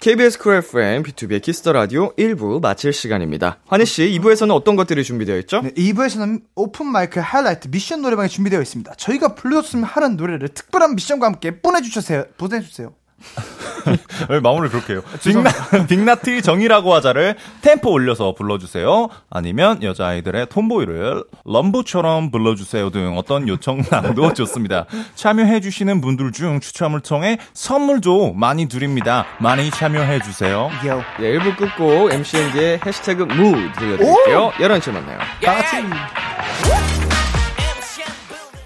KBS 쿨 FM B2B의 키스터 라디오 1부 마칠 시간입니다. 환희 씨 2부에서는 어떤 것들이 준비되어 있죠? 네, 2부에서는 오픈 마이크 하이라이트 미션 노래방이 준비되어 있습니다. 저희가 불러줬으면 하는 노래를 특별한 미션과 함께 보내주세요. 보내주세요. 왜 네, 마무리를 그렇게 해요? 빅나, 빅나티 정이라고 하자를 템포 올려서 불러주세요. 아니면 여자아이들의 톰보이를 럼보처럼 불러주세요 등 어떤 요청량도 좋습니다. 참여해주시는 분들 중 추첨을 통해 선물도 많이 드립니다. 많이 참여해주세요. 요. 네, 1부 끝고 MCND의 해시태그 무 들려드릴게요. 11시에 만나요.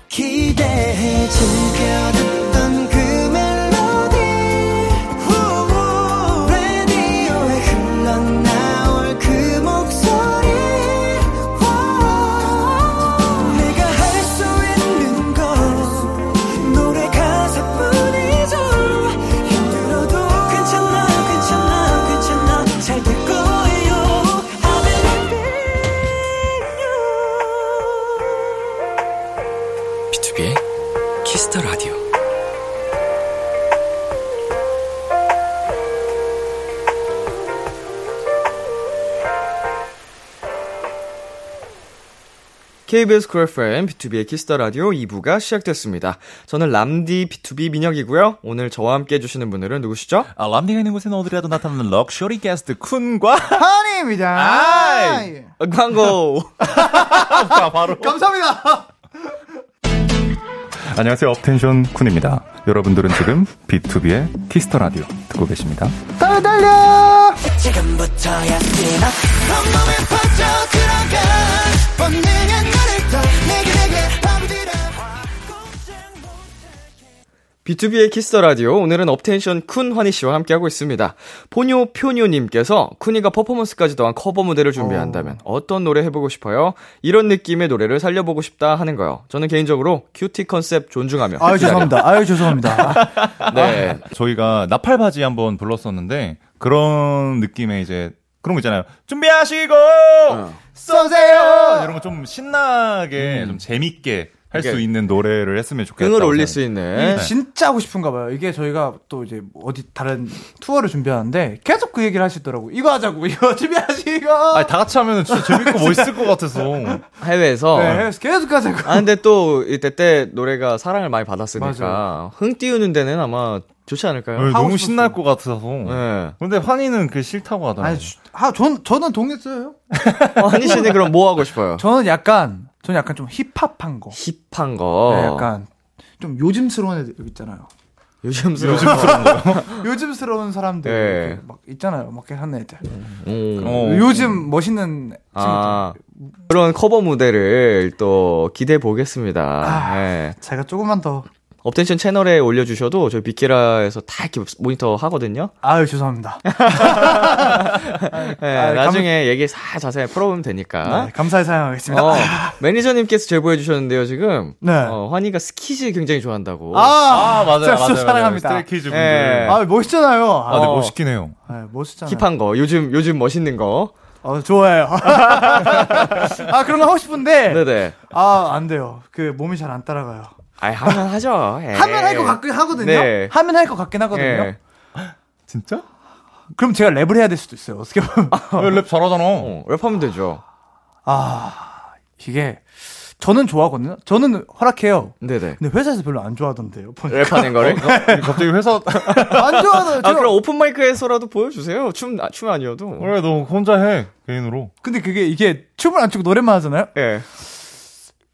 기대해 즐겨듣던 그 멜로디 후, 라디오에 흘러나올 그 목소리 와, 내가 할 수 있는 건 노래 가사뿐이죠 힘들어도 괜찮아 괜찮아 괜찮아 잘 될 거예요 I believe in you B2B의 키스터 라디오. KBS 쿨 FM B2B의 키스터 라디오 2부가 시작됐습니다. 저는 람디 B2B 민혁이고요. 오늘 저와 함께 해주시는 분들은 누구시죠? 아, 람디가 있는 곳에는 어디라도 나타나는 럭셔리 게스트 쿤과 하니입니다. 아이. 어, 광고! 바로 감사합니다. 안녕하세요. 업텐션 쿤입니다. 여러분들은 지금 B2B의 키스터 라디오 듣고 계십니다. 달려 달려. 지금부터야 뛰어 한몸에 퍼져 들어가 본능의 나를 떠 내게 내게 밤비라 B2B의 키스터 라디오 오늘은 업텐션 쿤 환희 씨와 함께하고 있습니다. 포뇨 표뇨님께서 쿤이가 퍼포먼스까지 더한 커버 무대를 준비한다면 어... 떤 노래 해보고 싶어요? 이런 느낌의 노래를 살려보고 싶다 하는 거요. 저는 개인적으로 큐티 컨셉 존중하며 아유 죄송합니다. 아유 죄송합니다. 기다려- 네. 저희가 나팔바지 한번 불렀었는데 그런 느낌의 이제 그런 거 있잖아요. 준비하시고 어. 쏘세요. 이런 거 좀 신나게 음. 좀 재밌게 할 수 이게 있는 노래를 했으면 좋겠다. 흥을 올릴 수 있는 진짜 하고 싶은가 봐요. 이게 저희가 또 이제 어디 다른 투어를 준비하는데 계속 그 얘기를 하시더라고. 이거 하자고 이거 준비하시고. 아니, 다 같이 하면 진짜 재밌고 멋있을 것 같아서. 네, 해외에서 네, 계속 하자고. 아 근데 또 이때 때 노래가 사랑을 많이 받았으니까 흥 띄우는 데는 아마 좋지 않을까요? 네, 싶었어요. 너무 신날 것 같아서. 네. 근데 환희는 그 싫다고 하더라고요. 아니, 주- 아, 전, 저는 동의했어요. 어, 한희 씨는 그럼 뭐 하고 싶어요? 저는 약간, 저는 약간 좀 힙합한 거. 힙한 거. 네, 약간 좀 요즘스러운 애들 있잖아요. 요즘스러운. 요즘스러운 사람들 네. 이렇게 막 있잖아요. 막 이렇게 하는 애들. 음. 어. 요즘 멋있는 아, 그런 커버 무대를 또 기대해 보겠습니다. 아. 예. 친구들. 제가 조금만 더 업텐션 채널에 올려주셔도 저희 비키라에서 다 이렇게 모니터 하거든요. 아유 죄송합니다. 예, 아, 감- 나중에 얘기 다 자세히 풀어보면 되니까. 네, 감사히 사용하겠습니다. 아. 어, 매니저님께서 제보해 주셨는데요, 지금. 아. 네. 어, 환희가 스키즈 굉장히 좋아한다고. 아, 맞아요. 진짜 맞아요. 사랑합니다. 스트레이키즈 분들. 예. 아, 아 멋있잖아요. 아, 네, 어. 멋있긴 해요. 네, 멋있잖아요. 힙한 거, 요즘, 요즘 멋있는 거. 어, 좋아요. 아 그런 거 하고 싶은데 네네. 아 안 돼요. 그 몸이 잘 안 따라가요. 아이, 하면 하죠. 예. 하면 할 것 같긴 하거든요. 네. 하면 할 것 같긴 하거든요. 예. 진짜? 그럼 제가 랩을 해야 될 수도 있어요. 어떻게 보면 랩 잘하잖아. 어, 랩하면 되죠. 아 이게 저는 좋아하거든요. 저는 허락해요. 네네. 근데 회사에서 별로 안 좋아하던데요. 보니까. 랩하는 거를. 갑자기 회사 안 좋아하던데요. 아, 그럼 오픈 마이크에서라도 보여주세요. 춤, 아, 춤 아니어도. 그래 너 혼자 해 개인으로 근데 그게 이게 춤을 안 추고 노래만 하잖아요. 예.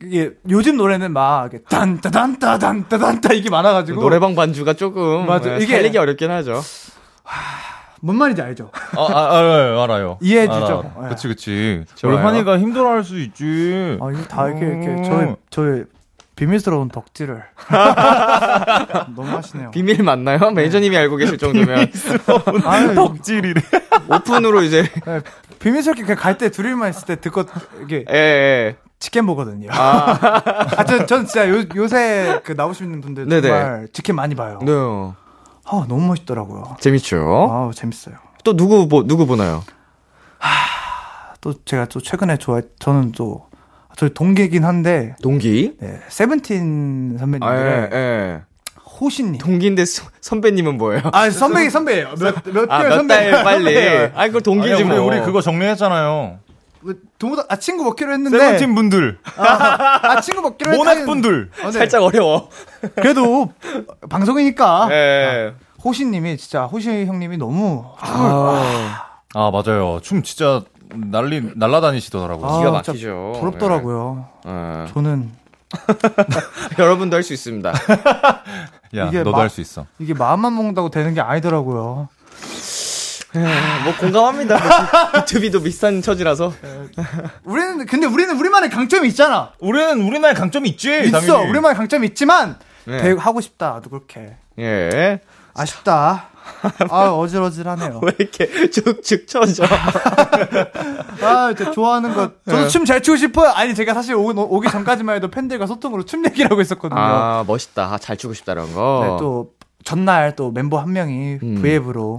이게 요즘 노래는 막 이렇게 딴따단따 단따단따 이게 많아가지고 노래방 반주가 조금 맞아. 예, 이게- 살리기 어렵긴 하죠. 뭔 말인지 알죠? 아, 아, 알아요 알아요 이해해 주죠? 알아, 알아. 예. 그치 그치 우리 좋아요. 환희가 힘들어할 수 있지 아 이거 다 이렇게 이렇게 음. 저의 저의 비밀스러운 덕질을 너무 하시네요. 비밀 맞나요? 매니저님이 알고 계실 정도면 아유, 덕질이래 오픈으로 이제 네, 비밀스럽게 갈 때 둘이만 있을 때 듣고 이게 예. 예. 치킨 보거든요. 아. 아저전 진짜 요, 요새 그 나오시는 분들 네네. 정말 치킨 많이 봐요. 네. 아 너무 멋있더라고요. 재밌죠. 아 재밌어요. 또 누구 보 누구 보나요? 아, 또 제가 또 최근에 좋아해 저는 또 아, 저희 동기이긴 한데 동기? 네, 세븐틴 선배님의 아, 예. 예. 호신님. 동기인데 수- 선배님은 뭐예요? 아 선배 선배예요. 네. 몇몇 아, 몇 달 빨리. 아, 그거 동기지 네. 아니야, 우리, 뭐. 우리 그거 정리했잖아요 동호다 아 친구 먹기로 했는데 세븐틴 분들 아 친구 먹기로 모넥 했다는- 분들 어, 네. 살짝 어려워. 그래도 방송이니까 예. 호신님이 진짜 호신 형님이 너무 아 맞아요 춤 진짜 난리 날라다니시더라고요 아, 기가 진짜 막히죠. 부럽더라고요. 예. 저는 여러분도 할 수 있습니다. 야 이게 너도 막- 할 수 있어 이게 마음만 먹는다고 되는 게 아니더라고요. 뭐 공감합니다. 뭐 유튜브도 비싼 처지라서. 우리는 근데 우리는 우리만의 강점이 있잖아. 우리는 우리나라에 강점이 있지 있어. 네, 당연히. 우리만의 강점이 있지만 네. 대- 하고 싶다. 그렇게 예. 아쉽다. 아 어질어질하네요. 왜 이렇게 쭉쭉 쳐져? 아, 진짜 좋아하는 것. 저도 춤 잘 추고 싶어요. 아니, 제가 사실 오, 오기 전까지만 해도 팬들과 소통으로 춤 얘기를 하고 있었거든요. 아, 멋있다. 잘 추고 싶다는 네, 거. 또, 전날 또 멤버 한 명이 어. 음. 브이앱으로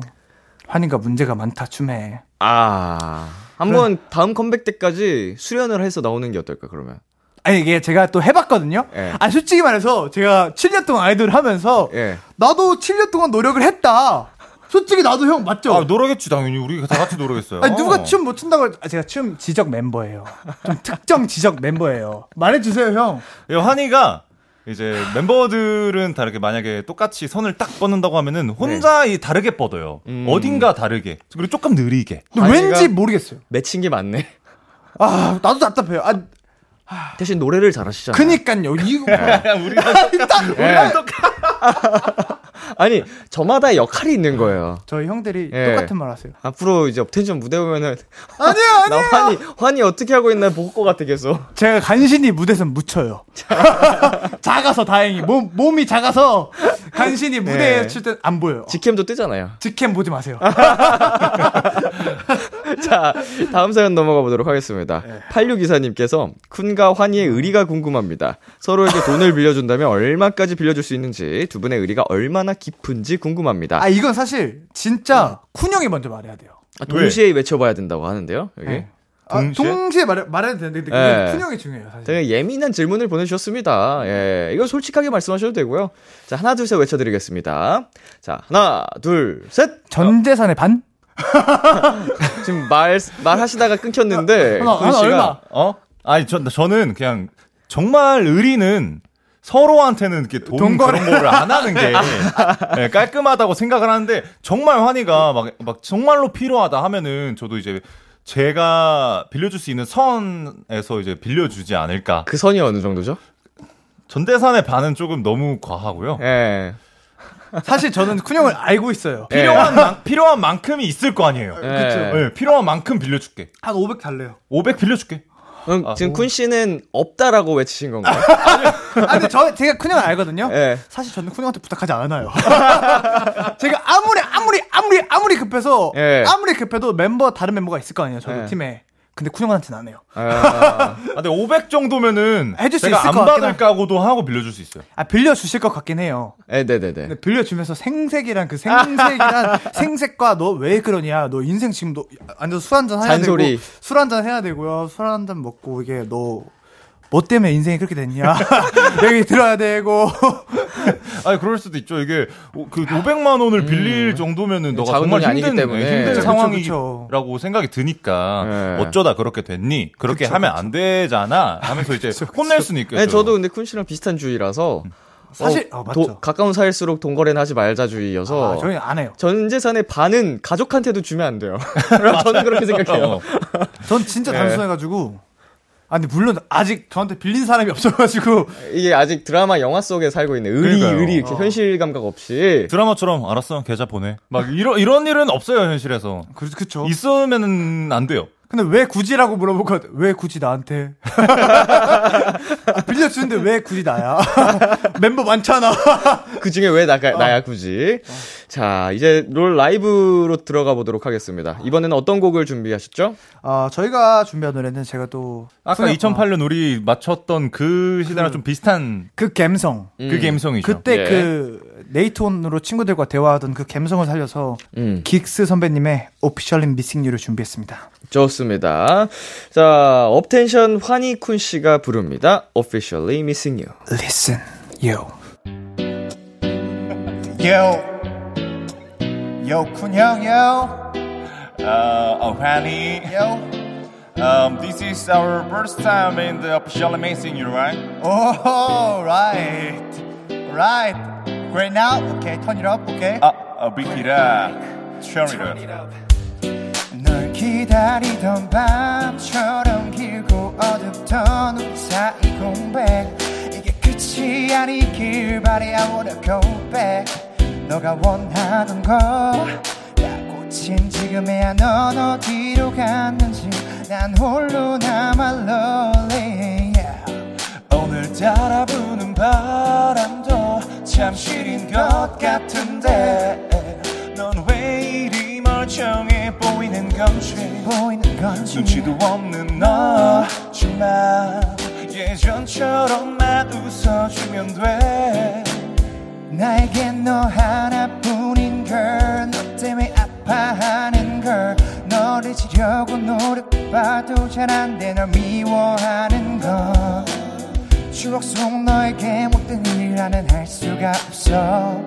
환희가 문제가 많다, 춤에. 아. 한번 다음 컴백 때까지 수련을 해서 나오는 게 어떨까, 그러면? 아니, 이게 제가 또 해봤거든요. 예. 아, 솔직히 말해서 제가 7년 동안 아이돌을 하면서 예. 나도 7년 동안 노력을 했다. 솔직히 나도 형 맞죠? 아 노력했지 당연히 우리 다 같이 노력했어요 아니, 누가 춤 못 춘다고 아, 제가 춤 지적 멤버예요. 좀 특정 지적 멤버예요. 말해주세요, 형. 예, 환희가 이제 멤버들은 다르게 만약에 똑같이 선을 딱 뻗는다고 하면은 혼자 이 다르게 뻗어요. 어딘가 다르게 그리고 조금 느리게. 근데 환희가- 왠지 모르겠어요. 맺힌 게 많네. 아, 나도 답답해요. 아, 대신 노래를 잘하시잖아요. 그니까요. 이거 우리 예. 아니, 저마다 역할이 있는 거예요. 저희 형들이 예. 똑같은 말 하세요. 앞으로 이제 업텐션 무대 오면은 아니요, 나 환희 환희 어떻게 하고 있나 볼 것 같아 계속. 제가 간신히 무대에서 묻혀요. 작아서 다행히 몸 몸이 작아서 간신히 무대에 칠 때 안 보여요. 직캠도 뜨잖아요. 직캠 보지 마세요. 자, 다음 사연 넘어가 보도록 하겠습니다. 네. 8624님께서 쿤과 환희의 음. 의리가 궁금합니다. 서로에게 돈을 빌려준다면 얼마까지 빌려줄 수 있는지 두 분의 의리가 얼마나 깊은지 궁금합니다. 아 이건 사실 진짜 쿤 형이 먼저 말해야 돼요. 아, 동시에 외쳐봐야 된다고 하는데요. 여기. 네. 아, 동시에? 동시에 네. 말해, 말해도 되는데 근데 예. 그건 쿤 형이 중요해요 사실. 되게 예민한 질문을 보내주셨습니다. 예, 이거 솔직하게 말씀하셔도 되고요. 자, 하나, 둘, 셋 외쳐드리겠습니다. 자, 하나, 둘, 셋! 전 재산의 반? 지금 말, 말하시다가 끊겼는데. 아, 하나, 하나 쿤그 씨가 얼마? 어? 아니 저, 저는 그냥 정말 의리는 서로한테는 이렇게 돈 돈거래. 그런 거를 안 하는 게 예, 깔끔하다고 생각을 하는데 정말 환희가 막, 막 정말로 필요하다 하면은 저도 이제 제가 빌려줄 수 있는 선에서 이제 빌려주지 않을까. 그 선이 어느 정도죠? 전대산의 반은 조금 너무 과하고요. 예. 사실 저는 쿤 형을 알고 있어요. 필요한 만, 필요한 만큼이 있을 거 아니에요. 예. 예, 필요한 만큼 빌려줄게. 한 500 달래요. 500 빌려줄게. 예. 그럼 어. 지금 쿤 씨는 없다라고 외치신 건가요? 아 근데 저 제가 쿤 형을 알거든요. 예. 사실 저는 쿤 형한테 부탁하지 않아요. 제가 아무리 아무리 아무리 아무리 급해서 예. 아무리 급해도 멤버 다른 멤버가 있을 거 아니에요. 저희 예. 팀에. 근데 쿤 형한테는 안 해요. 아, 근데 500 정도면은 해줄 수 제가 있을 안 것 같긴 받을 하- 각오도 하고 빌려줄 수 있어요. 아 빌려 주실 것 같긴 해요. 네, 네, 네, 네. 근데 빌려주면서 생색이란 그 생색이란 생색과 너 왜 그러냐 너 인생 지금 너 앉아서 술 한잔 해야 잔소리. 되고 술 한잔 해야 되고요 술 한 잔 먹고 이게 너 뭐 때문에 인생이 그렇게 됐냐 여기 들어야 되고 아니 그럴 수도 있죠. 이게 오- 그 500만 원을 빌릴 정도면은 아. 음. 너가 작은 정말 돈이 아니기 힘든 때문에. 네, 힘든 그쵸, 상황이라고 생각이 드니까 네. 어쩌다 그렇게 됐니? 그렇게 하면 안 되잖아. 하면서 이제 혼낼 수는 있겠죠. 네, 저도 근데 쿤 씨랑 비슷한 주의라서 사실 어, 어, 맞죠 도- 어. 가까운 사이일수록 동거래는 하지 말자 아, 주의여서 저희는 안 해요 전 재산의 반은 가족한테도 주면 안 돼요. 저는 그렇게 생각해요. 어. 전 진짜 네. 단순해가지고 아 근데 물론 아직 저한테 빌린 사람이 없어가지고 이게 아직 드라마 영화 속에 살고 있는 의리 그러니까요. 의리 이렇게 현실 감각 없이 드라마처럼 알았어 계좌 보내. 막 이런 이런 일은 없어요 현실에서. 그, 어? 그쵸 있으면은 안 돼요. 근데 왜 굳이라고 물어볼 것 같아. 왜 굳이 나한테? 아, 빌려주는데 왜 굳이 나야? 멤버 많잖아. 그 중에 왜 나가, 나야 굳이? 자 이제 롤 라이브로 들어가 보도록 하겠습니다. 이번에는 어떤 곡을 준비하셨죠? 아, 저희가 준비한 노래는 제가 또. 아까 소녀- 2008년 우리 맞췄던 그 시대랑 좀 비슷한 그 감성. 그 감성이죠. 그때 예. 그 네이톤으로 친구들과 대화하던 그 감성을 살려서 음. 긱스 선배님의 오피셜 인 미싱 유를 준비했습니다. 좋습니다. 자 업텐션 환희 쿤 씨가 부릅니다. Officially Missing You. Listen, yo. Yo, yo, Kunyang, yo. 어, Uh, oh, honey. Yo. Um, this is our first time in the official amazing, you right? Oh, right. Right. Great now. Okay, turn it up, okay? Uh, uh 아, beat it up. Turn it up. 널 기다리던 밤처럼 길고 어둡던 우리 사이 공백 이게 끝이 아니길 바래 I wanna go back 너가 원하던 거나 꽂힌 지금의 넌 어디로 갔는지 난 홀로 남아 lonely yeah. 오늘따라 부는 바람도 참 시린 것 같은데 넌 왜 이리 멀쩡해 보이는 건지 보이는 건지 눈치도 없는 너지만 예전처럼만 웃어주면 돼 나에겐 너 하나뿐인 걸너 때문에 아파하는 걸 너를 지려고 노력봐도 잘 안 돼 널 미워하는 걸 추억 속 너에게 못된 일이라는 할 수가 없어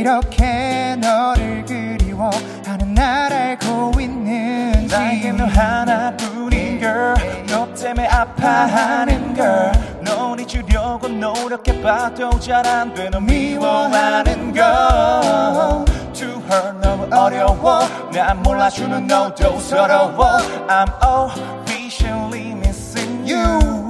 이렇게 너를 그리워하는 날 알고 있는지 나에겐 너 하나뿐인 girl 너 때문에 아파하는 girl 넌 잊으려고 노력해봐도 잘 안 돼 너 미워하는 girl To her 너무 어려워 난 몰라주는 너도 서러워 I'm officially missing you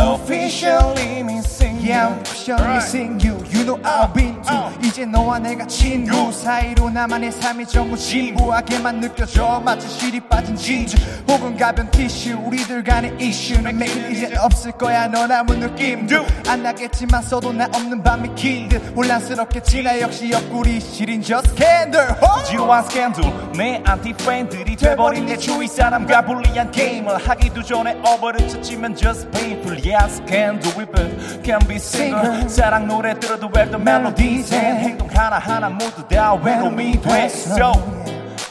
Officially missing Yeah, I'm sure missing you. You know I've been Uh, to. 이제 너와 내가 친구 사이로 나만의 삶이 전부 진부하게만 느껴져. 마치 실이 빠진 진주 혹은 가벼운 티슈. 우리들 간의 이슈는 매일 이제 없을 거야. 넌 아무 느낌도 안 나겠지만 써도 나 없는 밤이 긴듯 혼란스럽겠지. 나 역시 옆구리 시린 저 스캔들. 호! 지루한 스캔들 내 안티 팬들이 돼버린 내 주위 사람과 불리한 게임을 하기도 전에 어버를 찾지면 just painful yeah scandal we both can be single 사랑 노래 들어도 well the melodies and 행동 하나하나 모두 다 외로움이 됐어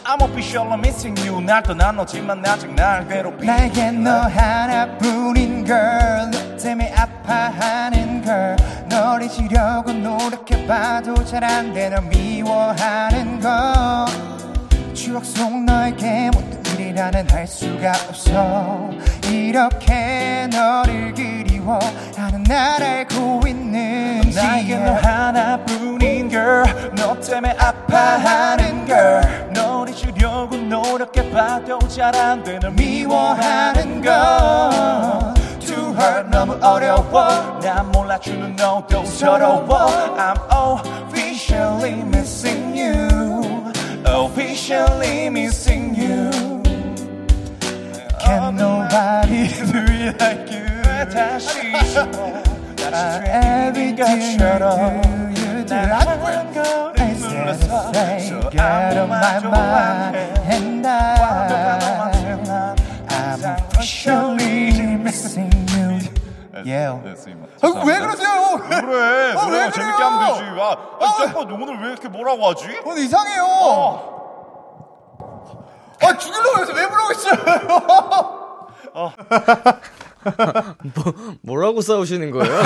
I'm official I'm missing you 날 떠난 너지만 아직 날 괴롭히 나에겐 너 하나뿐인 girl 너 때문에 아파하는 girl 널 잊으려고 노력해봐도 잘 안 돼 널 미워하는 걸 추억 속 너에게 모든 일이라는 할 수가 없어 이렇게 너를 그리워 나는 날 알고 있는지 나에겐 너 하나뿐인 girl 너 때문에 아파하는 girl 널 잊으려고 노력해봐도 잘 안 돼 널 미워하는 걸 To hurt 너무 어려워 난 몰라주는 너도 서러워 I'm officially missing you Oh, Officially missing you Can nobody Do you like you 다시 everything you do you do I said a thing out of my mind, and I, I'm officially missing you. Yeah. 어, 아이고, 왜 그러세요? 그래, 아, 그래, 왜 그래요? 재밌게 하면 되지. 아, 아, 아, 잠깐, 오늘 왜 이렇게 뭐라고 하지? 오늘 어, 이상해요. 어. 아, 죽일려고 해서 왜 부르고 있어요? 뭐라고 싸우시는 거예요?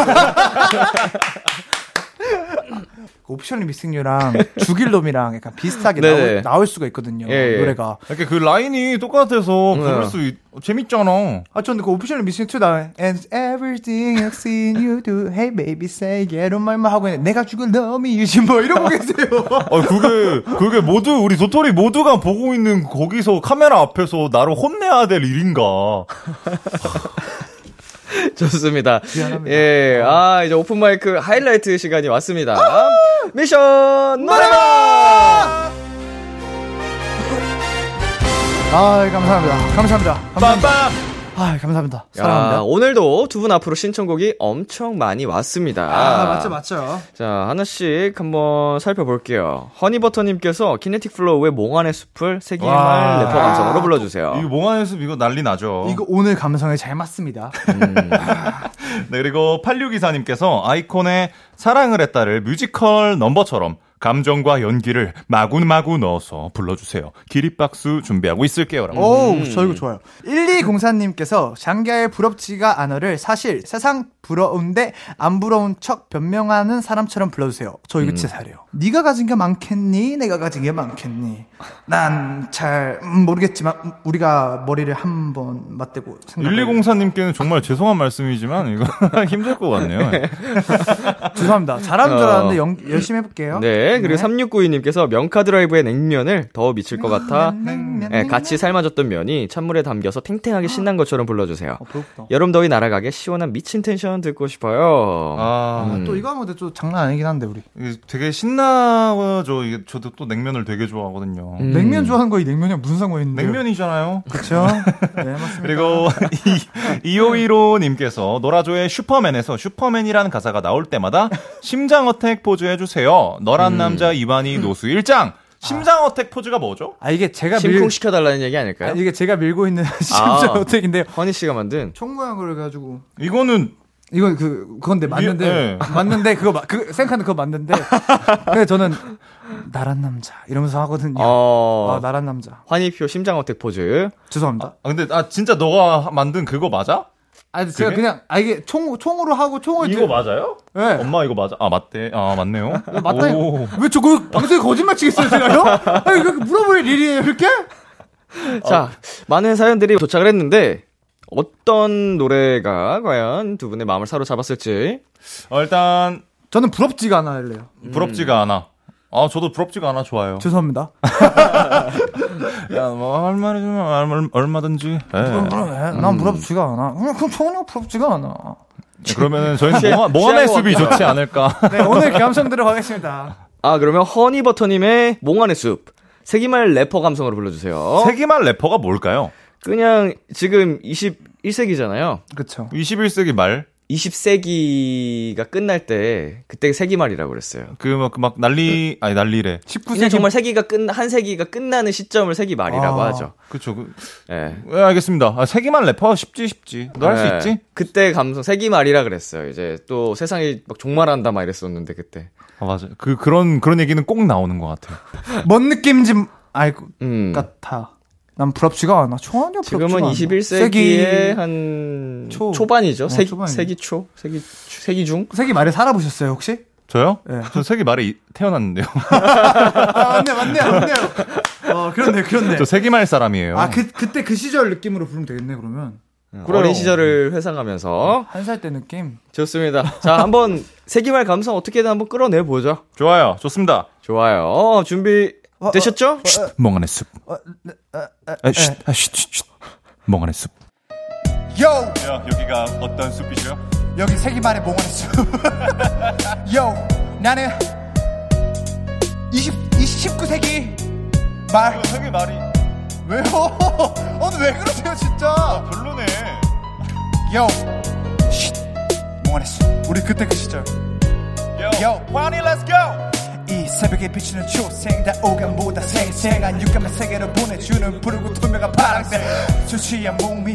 그 오피셜리 미싱유랑 죽일 놈이랑 약간 비슷하게 네네. 나올, 나올 수가 있거든요 예, 예. 노래가 이렇게 그 라인이 똑같아서 부를 수, 있, 재밌잖아. 아, 저는 그 오피셜 미션 2 나와요. And everything I've seen you do. Hey, baby, say get on my mind. 하고 있는데, 내가 죽을 놈이 유지 뭐 이러고 계세요. 아, 그게, 그게 모두, 우리 도토리 모두가 보고 있는 거기서 카메라 앞에서 나를 혼내야 될 일인가. 좋습니다. 미안합니다. 어. 예, 아 이제 오픈 마이크 하이라이트 시간이 왔습니다. 미션 노래방. 아, 감사합니다. 감사합니다. 감사합니다. 아, 감사합니다. 야, 사랑합니다. 오늘도 두 분 앞으로 신청곡이 엄청 많이 왔습니다. 아, 맞죠, 맞죠. 자, 하나씩 한번 살펴볼게요. 허니버터님께서 키네틱 플로우의 몽환의 숲을 세기말 와. 래퍼 아, 감성으로 불러주세요. 뭐 이거 몽환의 숲 이거 난리 나죠. 이거 오늘 감성에 잘 맞습니다. 네, 그리고 8624님께서 아이콘의 사랑을 했다를 뮤지컬 넘버처럼 감정과 연기를 마구마구 넣어서 불러주세요. 기립박수 준비하고 있을게요. 라고. 오, 음. 저 이거 좋아요. 1204님께서 장기하의 부럽지가 않아를 사실 세상 부러운데 안 부러운 척 변명하는 사람처럼 불러주세요. 저 음. 이거 진짜 잘해요. 네가 가진 게 많겠니? 내가 가진 게 많겠니? 난 잘 모르겠지만 음, 우리가 머리를 한번 맞대고 생각. 1204님께는 정말 죄송한 말씀이지만 이거 힘들 것 같네요. 아, 죄송합니다. 잘하는 줄 알았는데 영- 열심히 해볼게요. 어. 네, 그리고 3692님께서 명카 드라이브의 냉면을 더 미칠 것 같아. 예, 같이 삶아줬던 면이 찬물에 담겨서 탱탱하게 신난 것처럼 불러주세요. 부럽다. 여름 더위 날아가게 시원한 미친 텐션 듣고 싶어요. 아, 음. 또 이거 하면 또 장난 아니긴 한데 우리 이게 되게 신나죠. 이게 저도 또 냉면을 되게 좋아하거든요. 음. 냉면 좋아하는 거이 냉면이랑 무슨 상관이 있는데? 냉면이잖아요. 그렇죠. 네 맞습니다. 그리고 이오이로님께서 노라조의 슈퍼맨에서 슈퍼맨이라는 가사가 나올 때마다 심장 어택 포즈 해주세요. 음. 너란 남자 이완이 노수 일장. 심장 어택 포즈가 뭐죠? 아 이게 제가 밀 심쿵시켜달라는 얘기 아닐까요? 아, 이게 제가 밀고 있는 심지어 어택인데요. 허니 씨가 만든 총 모양으로 해가지고 이거는 이건 그 그건데 맞는데 예. 맞는데 그거 마- 그 생각하는 그거 맞는데 근데 저는 나란 남자 이러면서 하거든요. 어, 아 나란 남자 환희표 심장 어택 포즈. 죄송합니다. 아 근데 아 진짜 너가 만든 그거 맞아? 아 제가 그게? 그냥 아 이게 총 총으로 하고 총을 이거 맞아요? 예. 엄마 이거 맞아? 아 맞대. 아 맞네요. 맞다. 오. 왜저그 방송에 거짓말 치겠어요 제가요? 아니 이거 물어볼 일이에요 이렇게? 자, 많은 사연들이 도착을 했는데 어떤 노래가 과연 두 분의 마음을 사로잡았을지. 어, 일단 저는 부럽지가 않아요. 부럽지가 않아. 아 저도 부럽지가 않아 좋아요. 죄송합니다. 야뭐 얼마나 얼마 얼마든지. 예. 음. 난 부럽지가 않아. 그럼 전혀 부럽지가 않아. 그러면 저희는 몽환, 몽환의 시야가 숲이 좋지 않을까. 네, 오늘 감성 들어가겠습니다. 아, 그러면 허니버터님의 몽환의 숲. 세기말 래퍼 감성으로 불러주세요. 세기말 래퍼가 뭘까요? 그냥 지금 21세기잖아요. 그쵸. 21세기 말? 20세기가 끝날 때 그때 세기말이라고 그랬어요. 그, 막, 그 막 난리, 아니, 난리래. 이제 19세기 정말 세기가 끝 한 세기가 끝나는 시점을 세기말이라고 아. 하죠. 그쵸. 그, 예. 예, 알겠습니다. 아, 세기말 래퍼 쉽지, 쉽지. 너 할 수 네. 있지? 그때 감성 세기말이라 그랬어요. 이제 또 세상이 막 종말한다 막 이랬었는데 그때. 아, 맞아. 그, 그런, 그런 얘기는 꼭 나오는 것 같아요. 뭔 느낌인지 알것 음. 그러니까 같아. 난 부럽지가 않아. 전혀 부럽지가 지금은 않아. 21세기의 한 초. 초반이죠. 어, 세기 초반이네. 세기 초, 세기 추- 세기 중. 세기 말에 살아보셨어요 혹시? 저요? 예. 저 세기말에 이- 태어났는데요. 아 맞네 맞네 맞네요. 어 그렇네 그렇네. 저 세기말 사람이에요. 아 그 그때 그 시절 느낌으로 부르면 되겠네 그러면 어린 시절을 회상하면서 한 살 때 느낌. 좋습니다. 자, 한번 세기말 감성 어떻게든 한번 끌어내 보죠. 좋아요. 좋습니다. 좋아요. 어, 준비 되셨죠? 멍하네 숲. 어, 아, 쉿, 아, 쉿, 쉿, 쉿. 멍하네 숲. 요 여기가 어떤 숲이죠? 여기 세기 말에 몽환했어. 요 나는 20 19세기 말 세기말이 왜요? 오늘 왜 그러세요 진짜? 별로네. 요 쉿. 몽환했어. 우리 그때 그 시절. 요, 파니 렛츠 고! 이 새벽에 비치는 초생 다 오감보다 생생한 육감의 세계로 보내주는 푸르고 투명한 파랑새 수치한 몸이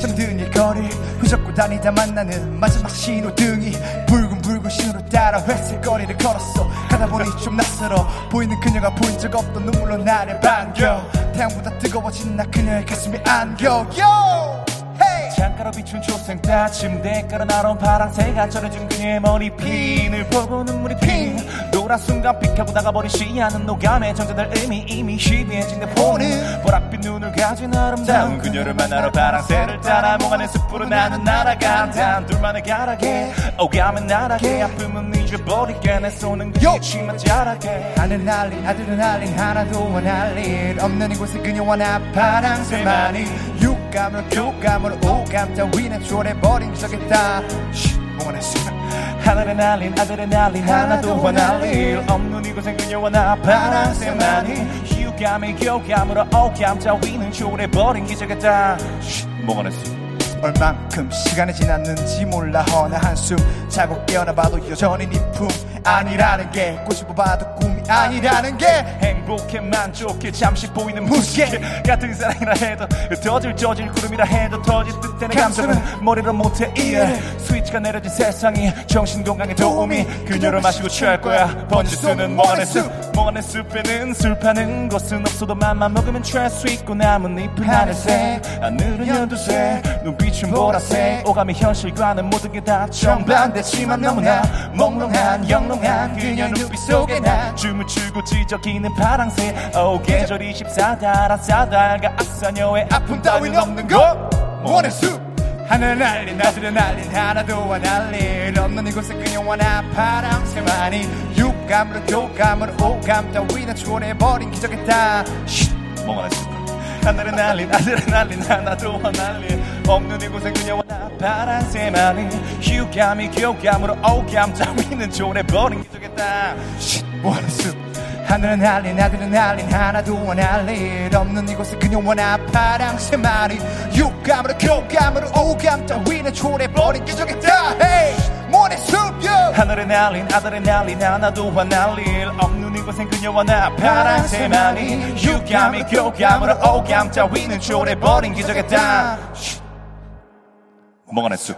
잠든 일거리 휘젓고 다니다 만나는 마지막 신호등이 붉은 붉은 신호로 따라 회색 거리를 걸었어 가다 보니 좀 낯설어 보이는 그녀가 보인 적 없던 눈물로 나를 반겨 태양보다 뜨거워진 나 그녀의 가슴이 안겨 요! 헤이! 창가로 비춘 초생 다 침대에 깔아나온 파랑새가 전해준 그녀의 머리핀을 보고 눈물이 핀 노란 순간 비켜보다가 버린 시야는 녹아내 정전될 의미 이미 희미해진 내 폰은 보랏빛 눈을 가진 아름다운 그녀를 만나러 파랑새를 따라 몽환의 숲으로 나는 날아간다 둘만의 가락에 오감은 나락에 아픔은 잊어버리게 내 손은 그치만 자라게 하늘 날린 하늘은 날린 하나도 원할 일 없는 이곳에 그녀와 나 파랑새만이 육감을 교감을 오감 따위는 초래버린 적이다 원할 수 하늘에 날린 아들에 날린 하나도 화날 일 없는 이곳엔 그녀와 나 파란새만이 희유감의 교감으로 억감 자위는 초래버린 기적의 땅 뭐가 냈어 얼만큼 시간이 지났는지 몰라 허나 한숨 자고 깨어나 봐도 여전히 네품 아니라는 게 꽃이 뽑아도 꿈이 아니라는 게 행복해 만족해 잠시 보이는 무게 같은 사랑이라 해도 흩어질 젖을 구름이라 해도 터질 듯한 내 감정은 머리로 못해 이해 스위치가 내려진 세상이 정신 건강에 도움이 그녀를 마시고 취할 거야 번지 쓰는 멍하는 숲 멍하는 숲에는 술 파는 곳은 없어도 맘만 먹으면 취할 수 있고 남은 잎은 하늘색 아, 하늘은 연두색 눈빛은 보라색 오감이 현실과는 모든 게 다 정반대지만 너무나 몽롱한 영롱한 그녀 눈빛 속에 난 춤을 추고 지저귀는 파랑새 오 계절이 14달아 사달가 악사녀의 아픔 따윈 없는 것 원의 숲 하늘 날린 나들은 날린 하나도와 날린 없는 이곳에 그녀와 나 파랑새만이 육감으로 교감으로 오감 따위나 초래버린 기적의 땅 멍하네 하늘에 날린 하늘에 날린 하나도 날린 없는 이곳에 그녀와 나 파란새만이 휴감이 교감으로 오감 따위는 조래버린 기적의 땅 원의 숲 하늘은 날린 나들은 날린 하나도와 날린 없는 이곳에 그녀와 나 파랑새만이 육감으로 교감으로 오감 따위나 초래버린 기적의 땅 헤이 원의 숲 요! 하늘에 날린 아들에 날린 하나도 화날릴 없는 이곳엔 그녀와 나 파란새만이 유감이 교감으로 오감 따위는 초래버린 기적의 땅 멍하네 숲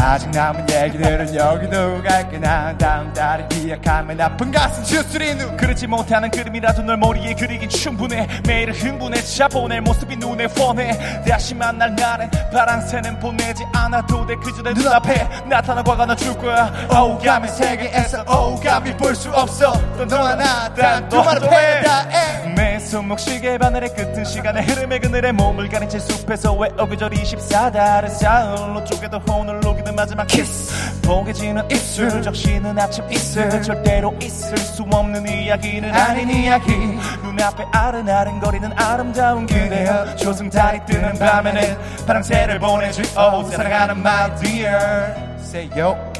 아직 남은 얘기들은 여기도 갈게나 다음 달을 기약하면 아픈 가슴 추스리누 그리지 못하는 그림이라도 널 머리에 그리긴 충분해 매일 흥분해 자본의 모습이 눈에 훤해 다시 만날 날엔 파랑새는 보내지 않아도 돼 그저 내 눈앞에 나타나 과가 나줄 거야 오감의 세계에서 오감이 볼 수 없어 넌 너와 나단 두말 앞에 다해 내 손목 시계 바늘의 끝은 시간의 흐름의 그늘에 몸을 가린 채 숲에서 왜 어그절 24달의 사흘로 쪼개도 혼을 녹이는 마지막 키스 보게 지는 입술 적시는 아침 이슬 절대로 있을 수 없는 이야기는 아닌 이야기 눈앞에 아른아른거리는 아름다운 그대여 조승달이 뜨는 밤에는 파랑새를 보내줄 오 사랑하는 my dear 해주세요.